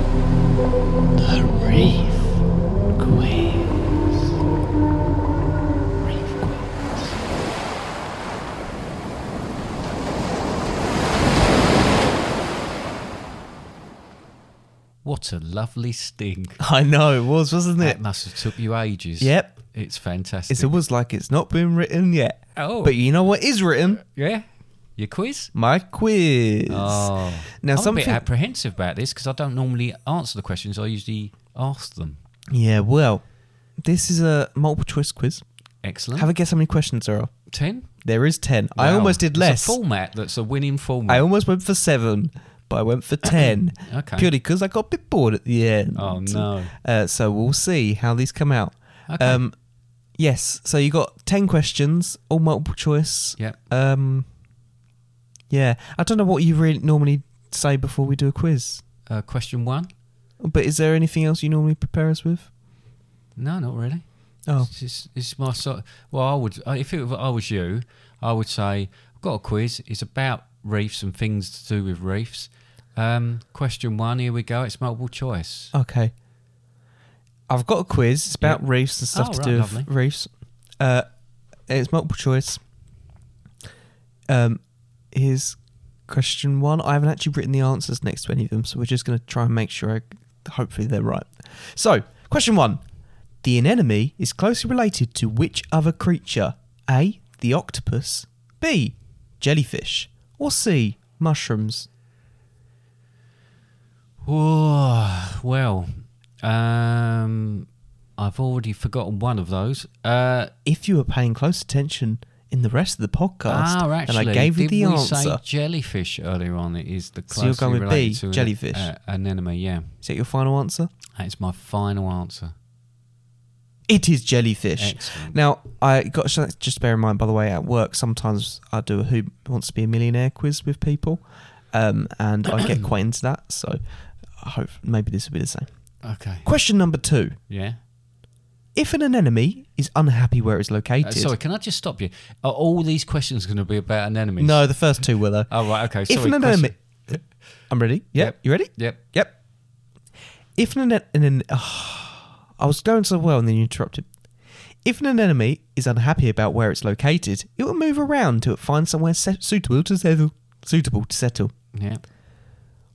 [SPEAKER 4] The Reef Queens. Reef Queens.
[SPEAKER 3] What a lovely sting.
[SPEAKER 2] I know it was, wasn't it?
[SPEAKER 3] That must have took you ages.
[SPEAKER 2] Yep.
[SPEAKER 3] It's fantastic.
[SPEAKER 2] It's almost like it's not been written yet.
[SPEAKER 3] Oh.
[SPEAKER 2] But you know what is written?
[SPEAKER 3] yeah. Your quiz?
[SPEAKER 2] My quiz.
[SPEAKER 3] Oh.
[SPEAKER 2] Now,
[SPEAKER 3] I'm a
[SPEAKER 2] something.
[SPEAKER 3] bit apprehensive about this because I don't normally answer the questions. I usually ask them.
[SPEAKER 2] yeah, well, this is a multiple choice quiz.
[SPEAKER 3] Excellent.
[SPEAKER 2] Have a guess how many questions there are.
[SPEAKER 3] 10?
[SPEAKER 2] There is 10. I
[SPEAKER 3] Wow.
[SPEAKER 2] almost did
[SPEAKER 3] It's a
[SPEAKER 2] less.
[SPEAKER 3] format that's a winning format.
[SPEAKER 2] I almost went for seven, but I went for 10.
[SPEAKER 3] Okay.
[SPEAKER 2] Purely because I got a bit bored at the end.
[SPEAKER 3] Oh, no.
[SPEAKER 2] Uh, so we'll see how these come out.
[SPEAKER 3] Okay.
[SPEAKER 2] Um, yes, so you got 10 questions, all multiple choice.
[SPEAKER 3] Yep.
[SPEAKER 2] Um, yeah. I don't know what you really normally say before we do a quiz,
[SPEAKER 3] uh, question one?
[SPEAKER 2] but is there anything else you normally prepare us with?
[SPEAKER 3] No, not really.
[SPEAKER 2] Oh.
[SPEAKER 3] It's, just- it's my sort. Well, I would uh, if it, were- I was you, I would say I've got a quiz. It's about reefs and things to do with reefs. Um, question one. Here we go. It's multiple choice.
[SPEAKER 2] Okay. I've got a quiz. It's about reefs and stuff
[SPEAKER 3] Oh,
[SPEAKER 2] to
[SPEAKER 3] right,
[SPEAKER 2] do with
[SPEAKER 3] lovely.
[SPEAKER 2] reefs. Uh, it's multiple choice. Um, here's question one. I haven't actually written the answers next to any of them, so we're just going to try and make sure. I, hopefully, they're right. So, question one: The anemone is closely related to which other creature? A. The octopus. B. Jellyfish. Or C. Mushrooms.
[SPEAKER 3] Oh, well, um, I've already forgotten one of those. Uh,
[SPEAKER 2] if you were paying close attention in the rest of the podcast,
[SPEAKER 3] ah,
[SPEAKER 2] and
[SPEAKER 3] actually,
[SPEAKER 2] I gave you
[SPEAKER 3] did
[SPEAKER 2] the
[SPEAKER 3] we say
[SPEAKER 2] answer.
[SPEAKER 3] jellyfish earlier on? It is the
[SPEAKER 2] So you're
[SPEAKER 3] closely
[SPEAKER 2] going with B,
[SPEAKER 3] related to an-
[SPEAKER 2] jellyfish?
[SPEAKER 3] uh, anemone. Yeah,
[SPEAKER 2] Is that your final answer?
[SPEAKER 3] that's my final answer.
[SPEAKER 2] It is jellyfish.
[SPEAKER 3] Excellent.
[SPEAKER 2] Now, I got to just bear in mind, by the way, at work, sometimes I do a Who Wants to Be a Millionaire quiz with people, um, and I get quite into that. So I hope maybe this will be the same.
[SPEAKER 3] Okay.
[SPEAKER 2] Question number two
[SPEAKER 3] Yeah.
[SPEAKER 2] If an anemone is unhappy where it's
[SPEAKER 3] Uh,
[SPEAKER 2] located.
[SPEAKER 3] sorry, can I just stop you? Are all these questions going to be about anemones?
[SPEAKER 2] no, the first two were, though.
[SPEAKER 3] Oh, right, okay.
[SPEAKER 2] if
[SPEAKER 3] Sorry.
[SPEAKER 2] an
[SPEAKER 3] question-
[SPEAKER 2] anemone. I'm ready. Yep.
[SPEAKER 3] Yep.
[SPEAKER 2] You ready?
[SPEAKER 3] Yep.
[SPEAKER 2] Yep. If an, an, an, an I was going so well and then you interrupted. If an anemone is unhappy about where it's located, it will move around till it finds somewhere set, suitable to settle. Suitable to settle.
[SPEAKER 3] Yeah.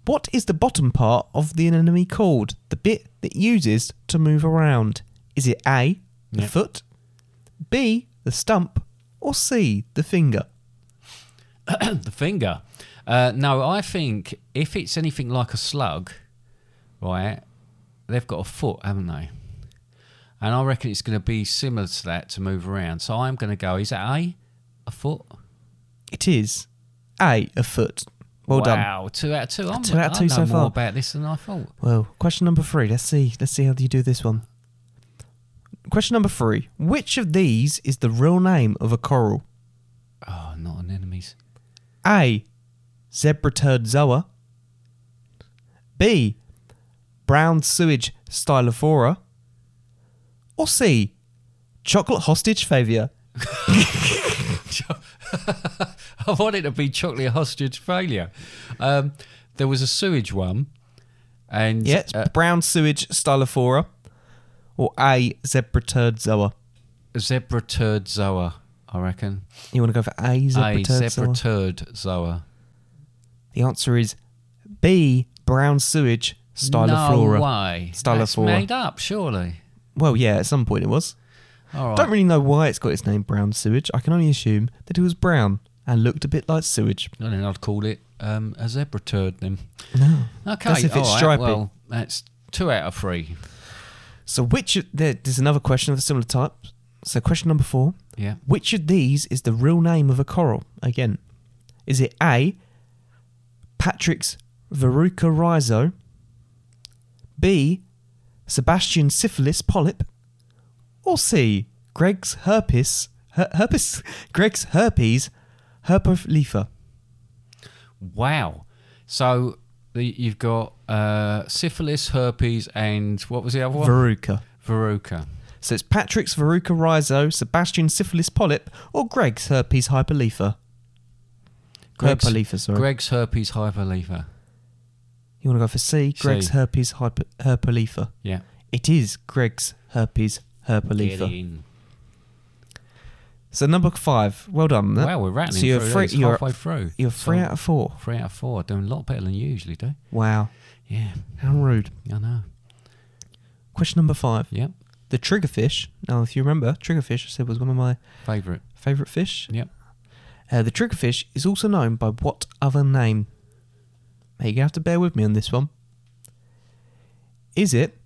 [SPEAKER 2] What is the bottom part of the anemone called? The bit that uses to move around. Is it A, the
[SPEAKER 3] Yep.
[SPEAKER 2] foot, B, the stump, or C, the finger?
[SPEAKER 3] the finger. Uh, no, I think if it's anything like a slug, right, they've got a foot, haven't they? And I reckon it's going to be similar to that to move around. So I'm going to go, is that A, a foot?
[SPEAKER 2] It is a a foot. Well done.
[SPEAKER 3] Wow, two out of two. I'm,
[SPEAKER 2] Two out of
[SPEAKER 3] I
[SPEAKER 2] two
[SPEAKER 3] know
[SPEAKER 2] so
[SPEAKER 3] more
[SPEAKER 2] far.
[SPEAKER 3] about this than I thought.
[SPEAKER 2] Well, question number three. Let's see. Let's see how you do this one. Question number three. Which of these is the real name of a coral?
[SPEAKER 3] Oh, not an enemies.
[SPEAKER 2] A. Zebra turd zoa. B. Brown sewage stylophora. Or C. Chocolate hostage failure.
[SPEAKER 3] I want it to be chocolate hostage failure. Um, there was a sewage one, and
[SPEAKER 2] Yes,
[SPEAKER 3] uh,
[SPEAKER 2] brown sewage stylophora. Or A. Zebra turd zoa.
[SPEAKER 3] zebra turd zoa. I reckon
[SPEAKER 2] You want to go for A. Zebra
[SPEAKER 3] a
[SPEAKER 2] turd
[SPEAKER 3] zebra
[SPEAKER 2] zoa?
[SPEAKER 3] turd zoa.
[SPEAKER 2] the answer is B. Brown sewage stylophora.
[SPEAKER 3] No way. That's
[SPEAKER 2] Stylophora.
[SPEAKER 3] made up, surely.
[SPEAKER 2] Well, yeah, at some point it was.
[SPEAKER 3] All right.
[SPEAKER 2] Don't really know why it's got its name brown sewage. I can only assume that it was brown and looked a bit like sewage.
[SPEAKER 3] And then I'd call it um, a zebra turd. Then. No. Okay.
[SPEAKER 2] That's if it's
[SPEAKER 3] all right,
[SPEAKER 2] stripy.
[SPEAKER 3] Well, that's two out of three.
[SPEAKER 2] So, which of, there, there's another question of a similar type. So, question number four:
[SPEAKER 3] Yeah.
[SPEAKER 2] Which of these is the real name of a coral? Again, is it A. Patrick's verruca rhizo, B. Sebastian syphilis polyp, or C. Greg's herpes her, herpes Greg's herpes herpetlifa?
[SPEAKER 3] Wow. So the, you've got uh, syphilis, herpes, and what was the other one?
[SPEAKER 2] Verruca.
[SPEAKER 3] Veruca.
[SPEAKER 2] So it's Patrick's verruca rhizo, Sebastian syphilis polyp, or Greg's herpes hyperlefa.
[SPEAKER 3] Greg's-
[SPEAKER 2] Herpelefa, sorry.
[SPEAKER 3] Greg's herpes hyperlever.
[SPEAKER 2] You want to go for C? Greg's
[SPEAKER 3] C.
[SPEAKER 2] herpes hyper, herpelefa.
[SPEAKER 3] Yeah.
[SPEAKER 2] It is Greg's herpes herpelefa.
[SPEAKER 3] in.
[SPEAKER 2] So number five. Well done.
[SPEAKER 3] Wow, we're rattling
[SPEAKER 2] you're
[SPEAKER 3] through
[SPEAKER 2] three,
[SPEAKER 3] these
[SPEAKER 2] you're,
[SPEAKER 3] halfway through.
[SPEAKER 2] You're three
[SPEAKER 3] So-
[SPEAKER 2] out of four.
[SPEAKER 3] Three out of four. Doing a lot better than you usually do.
[SPEAKER 2] Wow.
[SPEAKER 3] Yeah,
[SPEAKER 2] How rude.
[SPEAKER 3] I know.
[SPEAKER 2] Question number five.
[SPEAKER 3] Yep.
[SPEAKER 2] The triggerfish. Now, if you remember, triggerfish I said was one of my
[SPEAKER 3] Favourite.
[SPEAKER 2] favourite fish.
[SPEAKER 3] Yep.
[SPEAKER 2] Uh, the triggerfish is also known by what other name? Now, you're going to have to bear with me on this one. Is it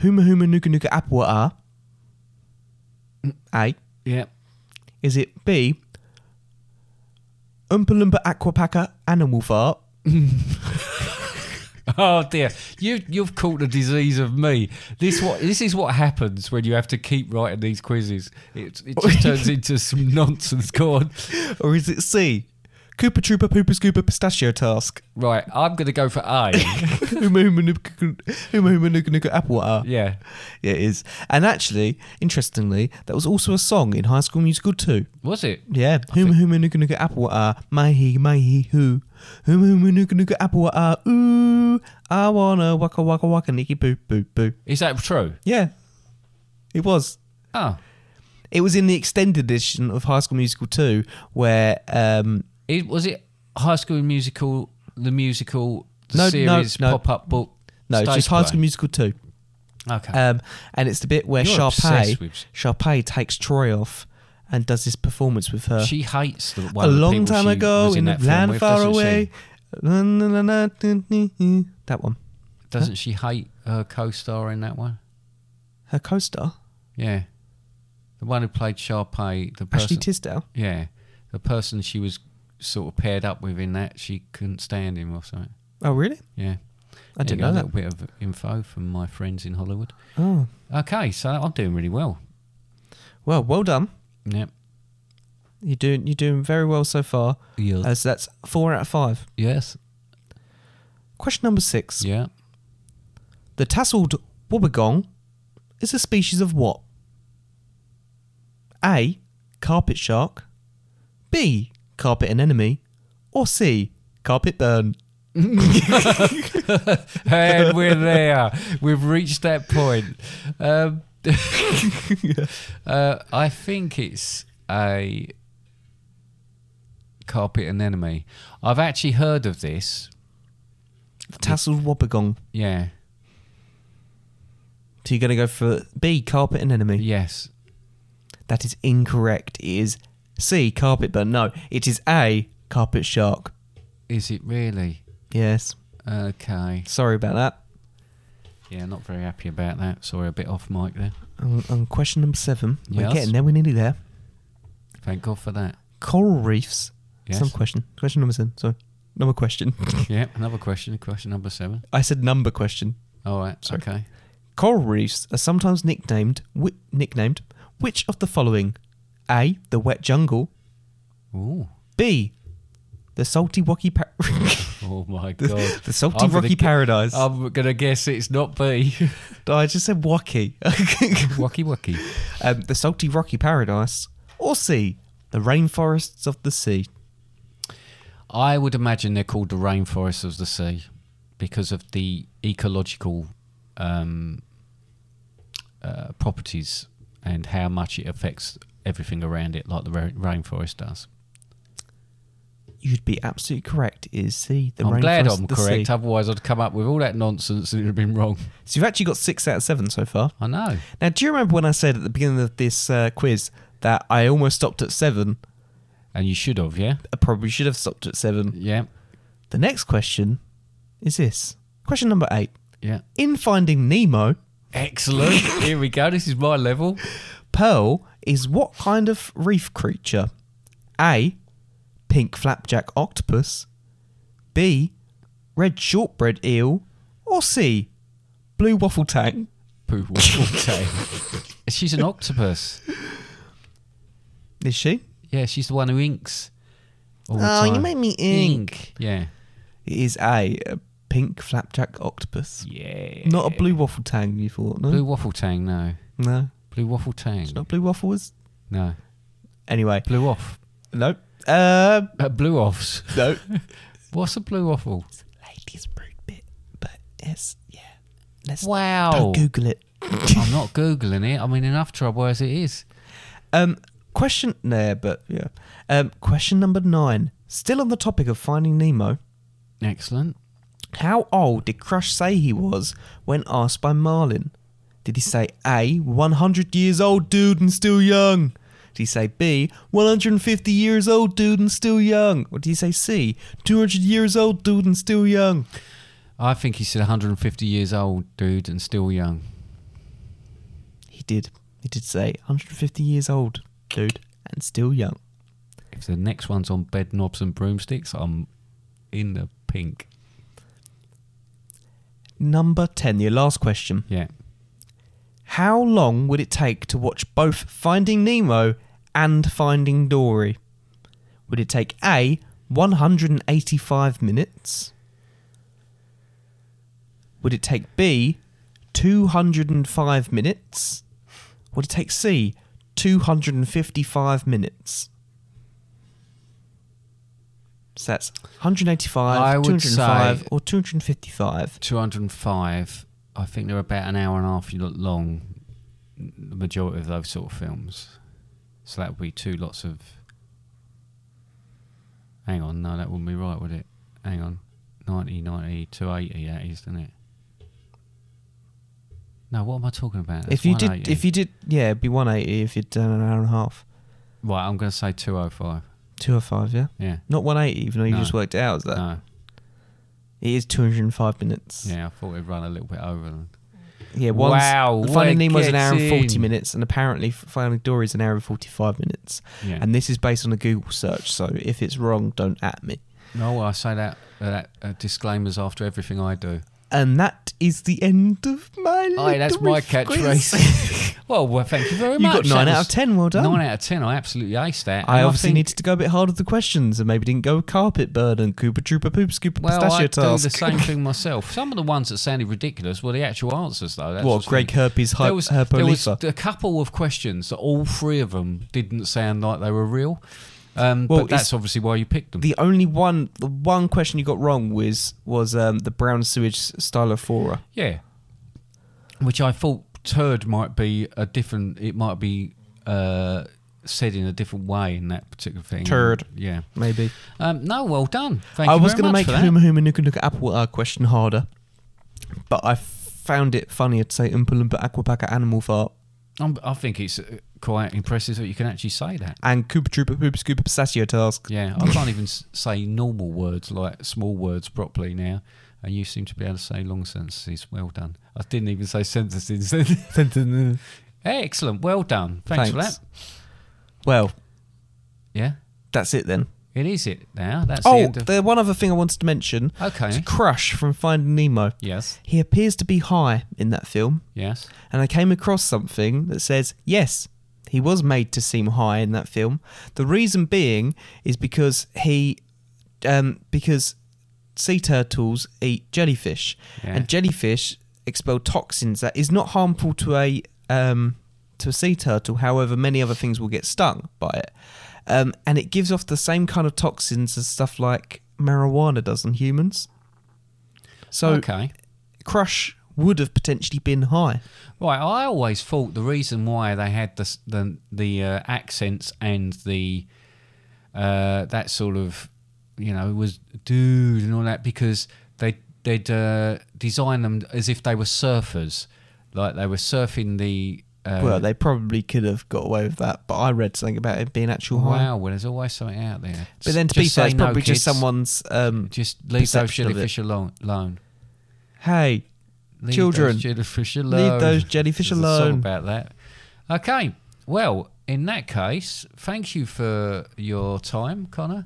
[SPEAKER 2] Huma Huma Nuka Nuka Apua R? A.
[SPEAKER 3] Yep.
[SPEAKER 2] Is it B? Oompa Loompa Aquapaca Animal Fart?
[SPEAKER 3] Oh dear, you you've caught the disease of me. This what this is what happens when you have to keep writing these quizzes. It, it just turns into some nonsense. Go on.
[SPEAKER 2] Or is it C? Koopa Troopa Poopa Scoopa Pistachio Task?
[SPEAKER 3] Right, I'm going to go for A.
[SPEAKER 2] Huma Huma Nuka Huma Huma Nuka Nuka Apua R?
[SPEAKER 3] yeah.
[SPEAKER 2] Yeah, it is. And actually, interestingly, that was also a song in High School Musical 2.
[SPEAKER 3] Was it?
[SPEAKER 2] Yeah. Huma huma nuka nuka apple ah mahi mahi hoo. Huma huma nuka nuka apple ah ooh. I wanna waka waka waka niki boo boo boo.
[SPEAKER 3] Is that true?
[SPEAKER 2] Yeah, it was. Ah.
[SPEAKER 3] Oh,
[SPEAKER 2] It was in the extended edition of High School Musical 2 where um
[SPEAKER 3] it was it High School Musical, the musical, the
[SPEAKER 2] No, no,
[SPEAKER 3] series,
[SPEAKER 2] no.
[SPEAKER 3] pop up book.
[SPEAKER 2] no, it's
[SPEAKER 3] stage
[SPEAKER 2] just High
[SPEAKER 3] play?
[SPEAKER 2] School Musical 2.
[SPEAKER 3] Okay.
[SPEAKER 2] Um, and it's the bit where
[SPEAKER 3] You're
[SPEAKER 2] Sharpay
[SPEAKER 3] obsessed with-
[SPEAKER 2] Sharpay takes Troy off and does this performance with her.
[SPEAKER 3] she hates the one
[SPEAKER 2] a
[SPEAKER 3] of the
[SPEAKER 2] long
[SPEAKER 3] people
[SPEAKER 2] time
[SPEAKER 3] she
[SPEAKER 2] ago
[SPEAKER 3] was
[SPEAKER 2] in a
[SPEAKER 3] that film
[SPEAKER 2] land
[SPEAKER 3] with,
[SPEAKER 2] far
[SPEAKER 3] doesn't she?
[SPEAKER 2] away. Na, na, na, na, dun, dun, dun. That one.
[SPEAKER 3] Doesn't she hate her co-star in that one?
[SPEAKER 2] Her co-star,
[SPEAKER 3] Yeah, the one who played Sharpay, the person.
[SPEAKER 2] Ashley Tisdale.
[SPEAKER 3] yeah, the person she was sort of paired up with in that she couldn't stand him or something.
[SPEAKER 2] Oh, really?
[SPEAKER 3] Yeah,
[SPEAKER 2] I
[SPEAKER 3] There
[SPEAKER 2] didn't
[SPEAKER 3] you go,
[SPEAKER 2] know
[SPEAKER 3] a
[SPEAKER 2] that.
[SPEAKER 3] little bit of info from my friends in Hollywood.
[SPEAKER 2] Oh,
[SPEAKER 3] Okay, so I'm doing really well.
[SPEAKER 2] well, well done.
[SPEAKER 3] Yep.
[SPEAKER 2] You're doing you're doing very well so far.
[SPEAKER 3] Yes.
[SPEAKER 2] As that's four out of five.
[SPEAKER 3] yes.
[SPEAKER 2] Question number six:
[SPEAKER 3] Yeah.
[SPEAKER 2] The tasselled wobbegong is a species of what? A. Carpet shark. B. Carpet anemone. Or C. Carpet burn.
[SPEAKER 3] and we're there. We've reached that point. Um, uh, I think it's a carpet anemone. I've actually heard of this.
[SPEAKER 2] The tasselled wobbegong.
[SPEAKER 3] Yeah.
[SPEAKER 2] So you're going to go for B. Carpet anemone.
[SPEAKER 3] Yes.
[SPEAKER 2] That is incorrect. It is C. Carpet burn. No, it is A. Carpet shark.
[SPEAKER 3] Is it really?
[SPEAKER 2] Yes.
[SPEAKER 3] Okay.
[SPEAKER 2] Sorry about that.
[SPEAKER 3] Yeah, not very happy about that. Sorry, a bit off mic there.
[SPEAKER 2] On, on question number seven,
[SPEAKER 3] Yes.
[SPEAKER 2] we're getting there. We're nearly there.
[SPEAKER 3] Thank God for that.
[SPEAKER 2] Coral reefs.
[SPEAKER 3] Yes.
[SPEAKER 2] Some question. Question number seven. Sorry. Number question.
[SPEAKER 3] yeah, another question. Question number seven.
[SPEAKER 2] I said number question.
[SPEAKER 3] All right.
[SPEAKER 2] Sorry.
[SPEAKER 3] Okay.
[SPEAKER 2] Coral reefs are sometimes nicknamed wi- nicknamed which of the following? A. The wet jungle.
[SPEAKER 3] Ooh.
[SPEAKER 2] B. The salty rocky. Pa-
[SPEAKER 3] Oh my
[SPEAKER 2] The-
[SPEAKER 3] God.
[SPEAKER 2] the salty
[SPEAKER 3] I'm gonna
[SPEAKER 2] rocky
[SPEAKER 3] gu-
[SPEAKER 2] paradise.
[SPEAKER 3] I'm gonna guess it's not B.
[SPEAKER 2] I just said wacky.
[SPEAKER 3] Wacky wacky.
[SPEAKER 2] um, the salty rocky paradise. Or C. The rainforests of the sea.
[SPEAKER 3] I would imagine they're called the rainforests of the sea because of the ecological um, uh, properties and how much it affects everything around it, like the ra- rainforest does.
[SPEAKER 2] You'd be absolutely correct. It is C. The
[SPEAKER 3] I'm glad
[SPEAKER 2] rainforests
[SPEAKER 3] I'm
[SPEAKER 2] of the
[SPEAKER 3] correct.
[SPEAKER 2] sea.
[SPEAKER 3] Otherwise, I'd come up with all that nonsense and it'd have been wrong.
[SPEAKER 2] So you've actually got six out of seven so far.
[SPEAKER 3] I know.
[SPEAKER 2] Now, do you remember when I said at the beginning of this uh, quiz that I almost stopped at seven?
[SPEAKER 3] And you should have, yeah?
[SPEAKER 2] I probably should have stopped at seven.
[SPEAKER 3] Yeah.
[SPEAKER 2] The next question is this question number eight.
[SPEAKER 3] Yeah.
[SPEAKER 2] In Finding Nemo,
[SPEAKER 3] Excellent. Here we go. This is my level.
[SPEAKER 2] Pearl is what kind of reef creature? A. Pink flapjack octopus. B. Red shortbread eel. Or C. Blue waffle tang.
[SPEAKER 3] Poo waffle tail. She's an octopus.
[SPEAKER 2] Is she?
[SPEAKER 3] Yeah, she's the one who inks. all the
[SPEAKER 2] Oh, you
[SPEAKER 3] time.
[SPEAKER 2] made me ink.
[SPEAKER 3] Yeah.
[SPEAKER 2] It is A. A pink flapjack octopus.
[SPEAKER 3] Yeah.
[SPEAKER 2] Not a blue waffle tang, you thought, no?
[SPEAKER 3] Blue waffle tang, no.
[SPEAKER 2] No.
[SPEAKER 3] Blue waffle tang.
[SPEAKER 2] Not blue waffles.
[SPEAKER 3] No.
[SPEAKER 2] Anyway.
[SPEAKER 3] Blue off.
[SPEAKER 2] Nope. Um,
[SPEAKER 3] Uh, blue offs.
[SPEAKER 2] no.
[SPEAKER 3] What's a blue waffle?
[SPEAKER 2] Ladies brood bit. But yes, yeah. Let's
[SPEAKER 3] Wow.
[SPEAKER 2] don't Google it.
[SPEAKER 3] I'm not Googling it. I'm in enough trouble as it is.
[SPEAKER 2] Um, question there, but yeah. Um, question number nine. Still on the topic of Finding Nemo.
[SPEAKER 3] Excellent.
[SPEAKER 2] How old did Crush say he was when asked by Marlin? Did he say A, 100 years old dude and still young? Did he say B, 150 years old dude and still young? Or did he say C, 200 years old dude and still young?
[SPEAKER 3] I think he's 150 years old, dude, and still young.
[SPEAKER 2] He did. He did say 150 years old dude and still young.
[SPEAKER 3] If the next one's on bed knobs and broomsticks, I'm in the pink.
[SPEAKER 2] Number 10, your last question.
[SPEAKER 3] Yeah.
[SPEAKER 2] How long would it take to watch both Finding Nemo and Finding Dory? Would it take A, 185 minutes? Would it take B, 205 minutes? Would it take C, 255 minutes? So that's 185,
[SPEAKER 3] I would
[SPEAKER 2] 205,
[SPEAKER 3] say-
[SPEAKER 2] or 255.
[SPEAKER 3] 205. I think they're about an hour and a half long, the majority of those sort of films. So that would be two lots of. Hang on, no, that wouldn't be right, would it? Hang on. 90, 90, 280, that is, isn't it? No, what am I talking about? That's
[SPEAKER 2] If you did,
[SPEAKER 3] 180.
[SPEAKER 2] if you did, yeah, it'd be 180 if you'd done an hour and a half.
[SPEAKER 3] Right, I'm going to say 205.
[SPEAKER 2] Two or five, yeah?
[SPEAKER 3] Yeah.
[SPEAKER 2] Not 180, even though you
[SPEAKER 3] No.
[SPEAKER 2] just worked it out, is that?
[SPEAKER 3] No.
[SPEAKER 2] It is 205 minutes.
[SPEAKER 3] Yeah, I thought we'd run a little bit over. then.
[SPEAKER 2] Yeah, once,
[SPEAKER 3] Wow,
[SPEAKER 2] Finding
[SPEAKER 3] we're
[SPEAKER 2] Nemo's an hour and 40
[SPEAKER 3] getting-
[SPEAKER 2] minutes, and apparently Finding Dory's an hour and 45 minutes.
[SPEAKER 3] Yeah.
[SPEAKER 2] And this is based on a Google search, so if it's wrong, don't at me.
[SPEAKER 3] No, I say that, that uh, disclaimers after everything I do.
[SPEAKER 2] And that is the end of my
[SPEAKER 3] Aye, that's
[SPEAKER 2] little
[SPEAKER 3] my
[SPEAKER 2] quiz.
[SPEAKER 3] catchphrase. well, well, thank you very
[SPEAKER 2] You
[SPEAKER 3] much.
[SPEAKER 2] got nine
[SPEAKER 3] That
[SPEAKER 2] out
[SPEAKER 3] was-
[SPEAKER 2] of 10, well done.
[SPEAKER 3] Nine out of ten. I absolutely aced that.
[SPEAKER 2] I
[SPEAKER 3] And
[SPEAKER 2] obviously
[SPEAKER 3] think-
[SPEAKER 2] needed to go a bit harder with the questions and maybe didn't go with carpet bird and Cooper Trooper Poop Scoop
[SPEAKER 3] Well,
[SPEAKER 2] Pistachio
[SPEAKER 3] I
[SPEAKER 2] Task.
[SPEAKER 3] do the same thing myself. Some of the ones that sounded ridiculous were the actual answers, though. That's
[SPEAKER 2] What,
[SPEAKER 3] what's
[SPEAKER 2] Greg
[SPEAKER 3] really-
[SPEAKER 2] Herpes hy-
[SPEAKER 3] There was, there was
[SPEAKER 2] Herpolifa?
[SPEAKER 3] a couple of questions that all three of them didn't sound like they were real. Um,
[SPEAKER 2] Well,
[SPEAKER 3] but
[SPEAKER 2] it's-
[SPEAKER 3] that's obviously why you picked them.
[SPEAKER 2] the only one, the one question you got wrong was was um, the brown sewage stylophora.
[SPEAKER 3] Yeah. Which I thought turd might be a different. It might be uh, said in a different way in that particular thing.
[SPEAKER 2] Turd.
[SPEAKER 3] Yeah.
[SPEAKER 2] Maybe
[SPEAKER 3] Um, no, well done. Thank
[SPEAKER 2] I
[SPEAKER 3] you
[SPEAKER 2] was
[SPEAKER 3] very
[SPEAKER 2] gonna
[SPEAKER 3] much
[SPEAKER 2] make
[SPEAKER 3] for that.
[SPEAKER 2] Huma Huma Nuka Nuka Apple uh, question harder, but I found it funnier to say Oompa Loompa Aquapaca Animal Fart.
[SPEAKER 3] I'm, I think it's uh, quite impressive that you can actually say that.
[SPEAKER 2] And Koopa Troopa Poop Scoopa Pistachio Task.
[SPEAKER 3] Yeah, I can't even s- say normal words like small words properly now. And you seem to be able to say long sentences. Well done. I didn't even say sentences. then. Excellent. Well done. Thanks, for
[SPEAKER 2] Thanks.
[SPEAKER 3] that.
[SPEAKER 2] Well,
[SPEAKER 3] Yeah,
[SPEAKER 2] that's it then.
[SPEAKER 3] it is it now. That's the
[SPEAKER 2] oh,
[SPEAKER 3] end of.
[SPEAKER 2] the one other thing I wanted to mention.
[SPEAKER 3] Okay.
[SPEAKER 2] It's Crush from Finding Nemo.
[SPEAKER 3] yes.
[SPEAKER 2] He appears to be high in that film,
[SPEAKER 3] Yes.
[SPEAKER 2] and I came across something that says, yes, he was made to seem high in that film. The reason being is because he, um, because sea turtles eat jellyfish,
[SPEAKER 3] Yeah.
[SPEAKER 2] and jellyfish expel toxins that is not harmful to a um, to a sea turtle. However, many other things will get stung by it, um, and it gives off the same kind of toxins as stuff like marijuana does on humans. So
[SPEAKER 3] okay.
[SPEAKER 2] Crush would have potentially been high.
[SPEAKER 3] Right, I always thought the reason why they had the s- the, the uh, accents and the uh, that sort of you know was dude and all that because they they'd uh, design them as if they were surfers, like they were surfing the. Uh,
[SPEAKER 2] well, they probably could have got away with that, but I read something about it being actual high.
[SPEAKER 3] wow, well, there's always something out there.
[SPEAKER 2] But then, to be
[SPEAKER 3] Just
[SPEAKER 2] fair,
[SPEAKER 3] say
[SPEAKER 2] it's
[SPEAKER 3] no,
[SPEAKER 2] probably just
[SPEAKER 3] kids.
[SPEAKER 2] someone's. Um,
[SPEAKER 3] Just leave those
[SPEAKER 2] perception of it.
[SPEAKER 3] jellyfish alone. alone.
[SPEAKER 2] hey,
[SPEAKER 3] Leave
[SPEAKER 2] Children,
[SPEAKER 3] those jellyfish alone.
[SPEAKER 2] leave those jellyfish
[SPEAKER 3] There's a song
[SPEAKER 2] alone.
[SPEAKER 3] about that. Okay. Well, in that case, thank you for your time, Connor.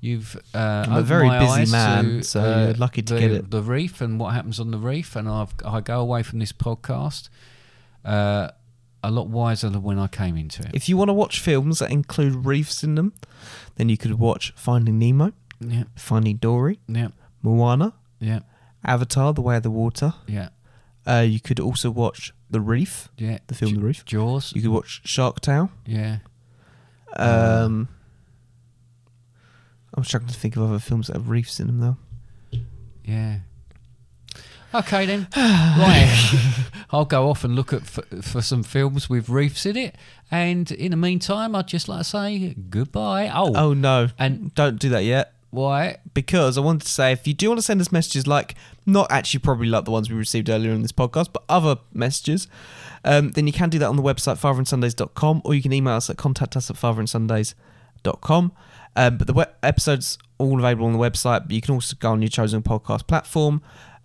[SPEAKER 3] You've uh,
[SPEAKER 2] a
[SPEAKER 3] opened
[SPEAKER 2] very
[SPEAKER 3] my
[SPEAKER 2] busy
[SPEAKER 3] eyes
[SPEAKER 2] man,
[SPEAKER 3] to,
[SPEAKER 2] so
[SPEAKER 3] uh,
[SPEAKER 2] you're lucky to
[SPEAKER 3] the,
[SPEAKER 2] get it.
[SPEAKER 3] The reef and what happens on the reef, and I've I go away from this podcast uh, a lot wiser than when I came into it.
[SPEAKER 2] If you want to watch films that include reefs in them, then you could watch Finding Nemo,
[SPEAKER 3] Yeah,
[SPEAKER 2] Finding Dory,
[SPEAKER 3] yeah,
[SPEAKER 2] Moana,
[SPEAKER 3] yeah,
[SPEAKER 2] Avatar: The Way of the Water.
[SPEAKER 3] yeah,
[SPEAKER 2] Uh, you could also watch The Reef.
[SPEAKER 3] yeah.
[SPEAKER 2] The film
[SPEAKER 3] J-
[SPEAKER 2] The Reef.
[SPEAKER 3] Jaws.
[SPEAKER 2] You could watch Shark Tale.
[SPEAKER 3] Yeah. Uh.
[SPEAKER 2] Um, I'm struggling to think of other films that have reefs in them, though.
[SPEAKER 3] Yeah. Okay then. right. I'll go off and look at f- for some films with reefs in it. And in the meantime, I'd just like to say goodbye. Oh,
[SPEAKER 2] Oh no!
[SPEAKER 3] And-
[SPEAKER 2] don't do that yet.
[SPEAKER 3] why?
[SPEAKER 2] because I wanted to say if you do want to send us messages like not actually probably like the ones we received earlier in this podcast, but other messages, um, then you can do that on the website fatherandsundays.com or you can email us at contact us at fatherandsundays.com. Um, but the we- episode's all available on the website, but you can also go on your chosen podcast platform.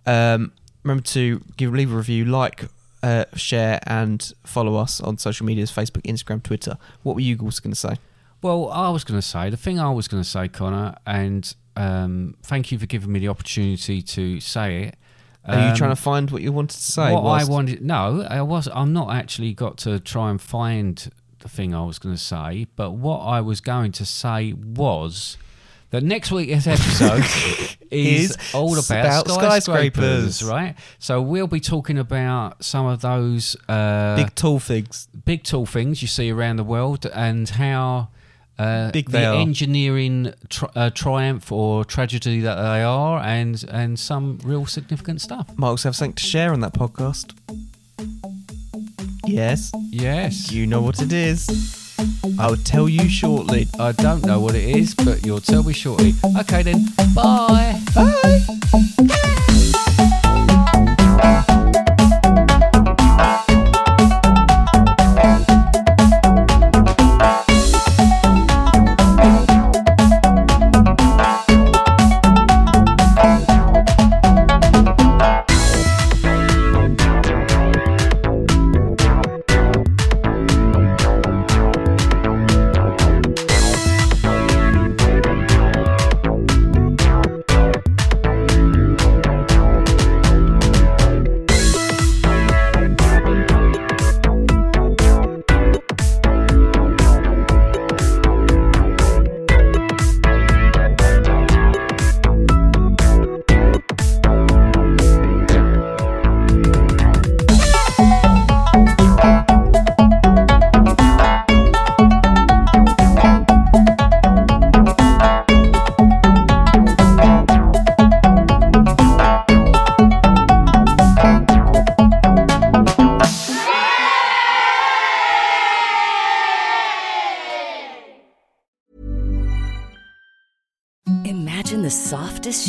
[SPEAKER 2] Um, remember to give leave a review, like, uh, share, and follow us on social medias Facebook, Instagram, Twitter. What were you also going to say?
[SPEAKER 3] Well, I was going to say the thing I was going to say, Connor, and um, thank you for giving me the opportunity to say it.
[SPEAKER 2] Are you trying to find what you wanted to say?
[SPEAKER 3] Um, What
[SPEAKER 2] whilst-
[SPEAKER 3] I wanted, no, I was. I'm not actually got to try and find the thing I was going to say, but what I was going to say was that next week's episode is,
[SPEAKER 2] Is
[SPEAKER 3] all about,
[SPEAKER 2] about
[SPEAKER 3] skyscrapers,
[SPEAKER 2] skyscrapers.
[SPEAKER 3] right? So we'll be talking about some of those uh,
[SPEAKER 2] Big tall figs.
[SPEAKER 3] big tall things you see around the world and how uh,
[SPEAKER 2] Big
[SPEAKER 3] the
[SPEAKER 2] they are.
[SPEAKER 3] engineering tri- uh, triumph or tragedy that they are, and and some real significant stuff.
[SPEAKER 2] Mark's have something to share on that podcast. Yes,
[SPEAKER 3] Yes.
[SPEAKER 2] you know what it is. I'll tell you shortly.
[SPEAKER 3] I don't know what it is, but you'll tell me shortly. Okay then, bye.
[SPEAKER 2] Bye.
[SPEAKER 7] Imagine the softest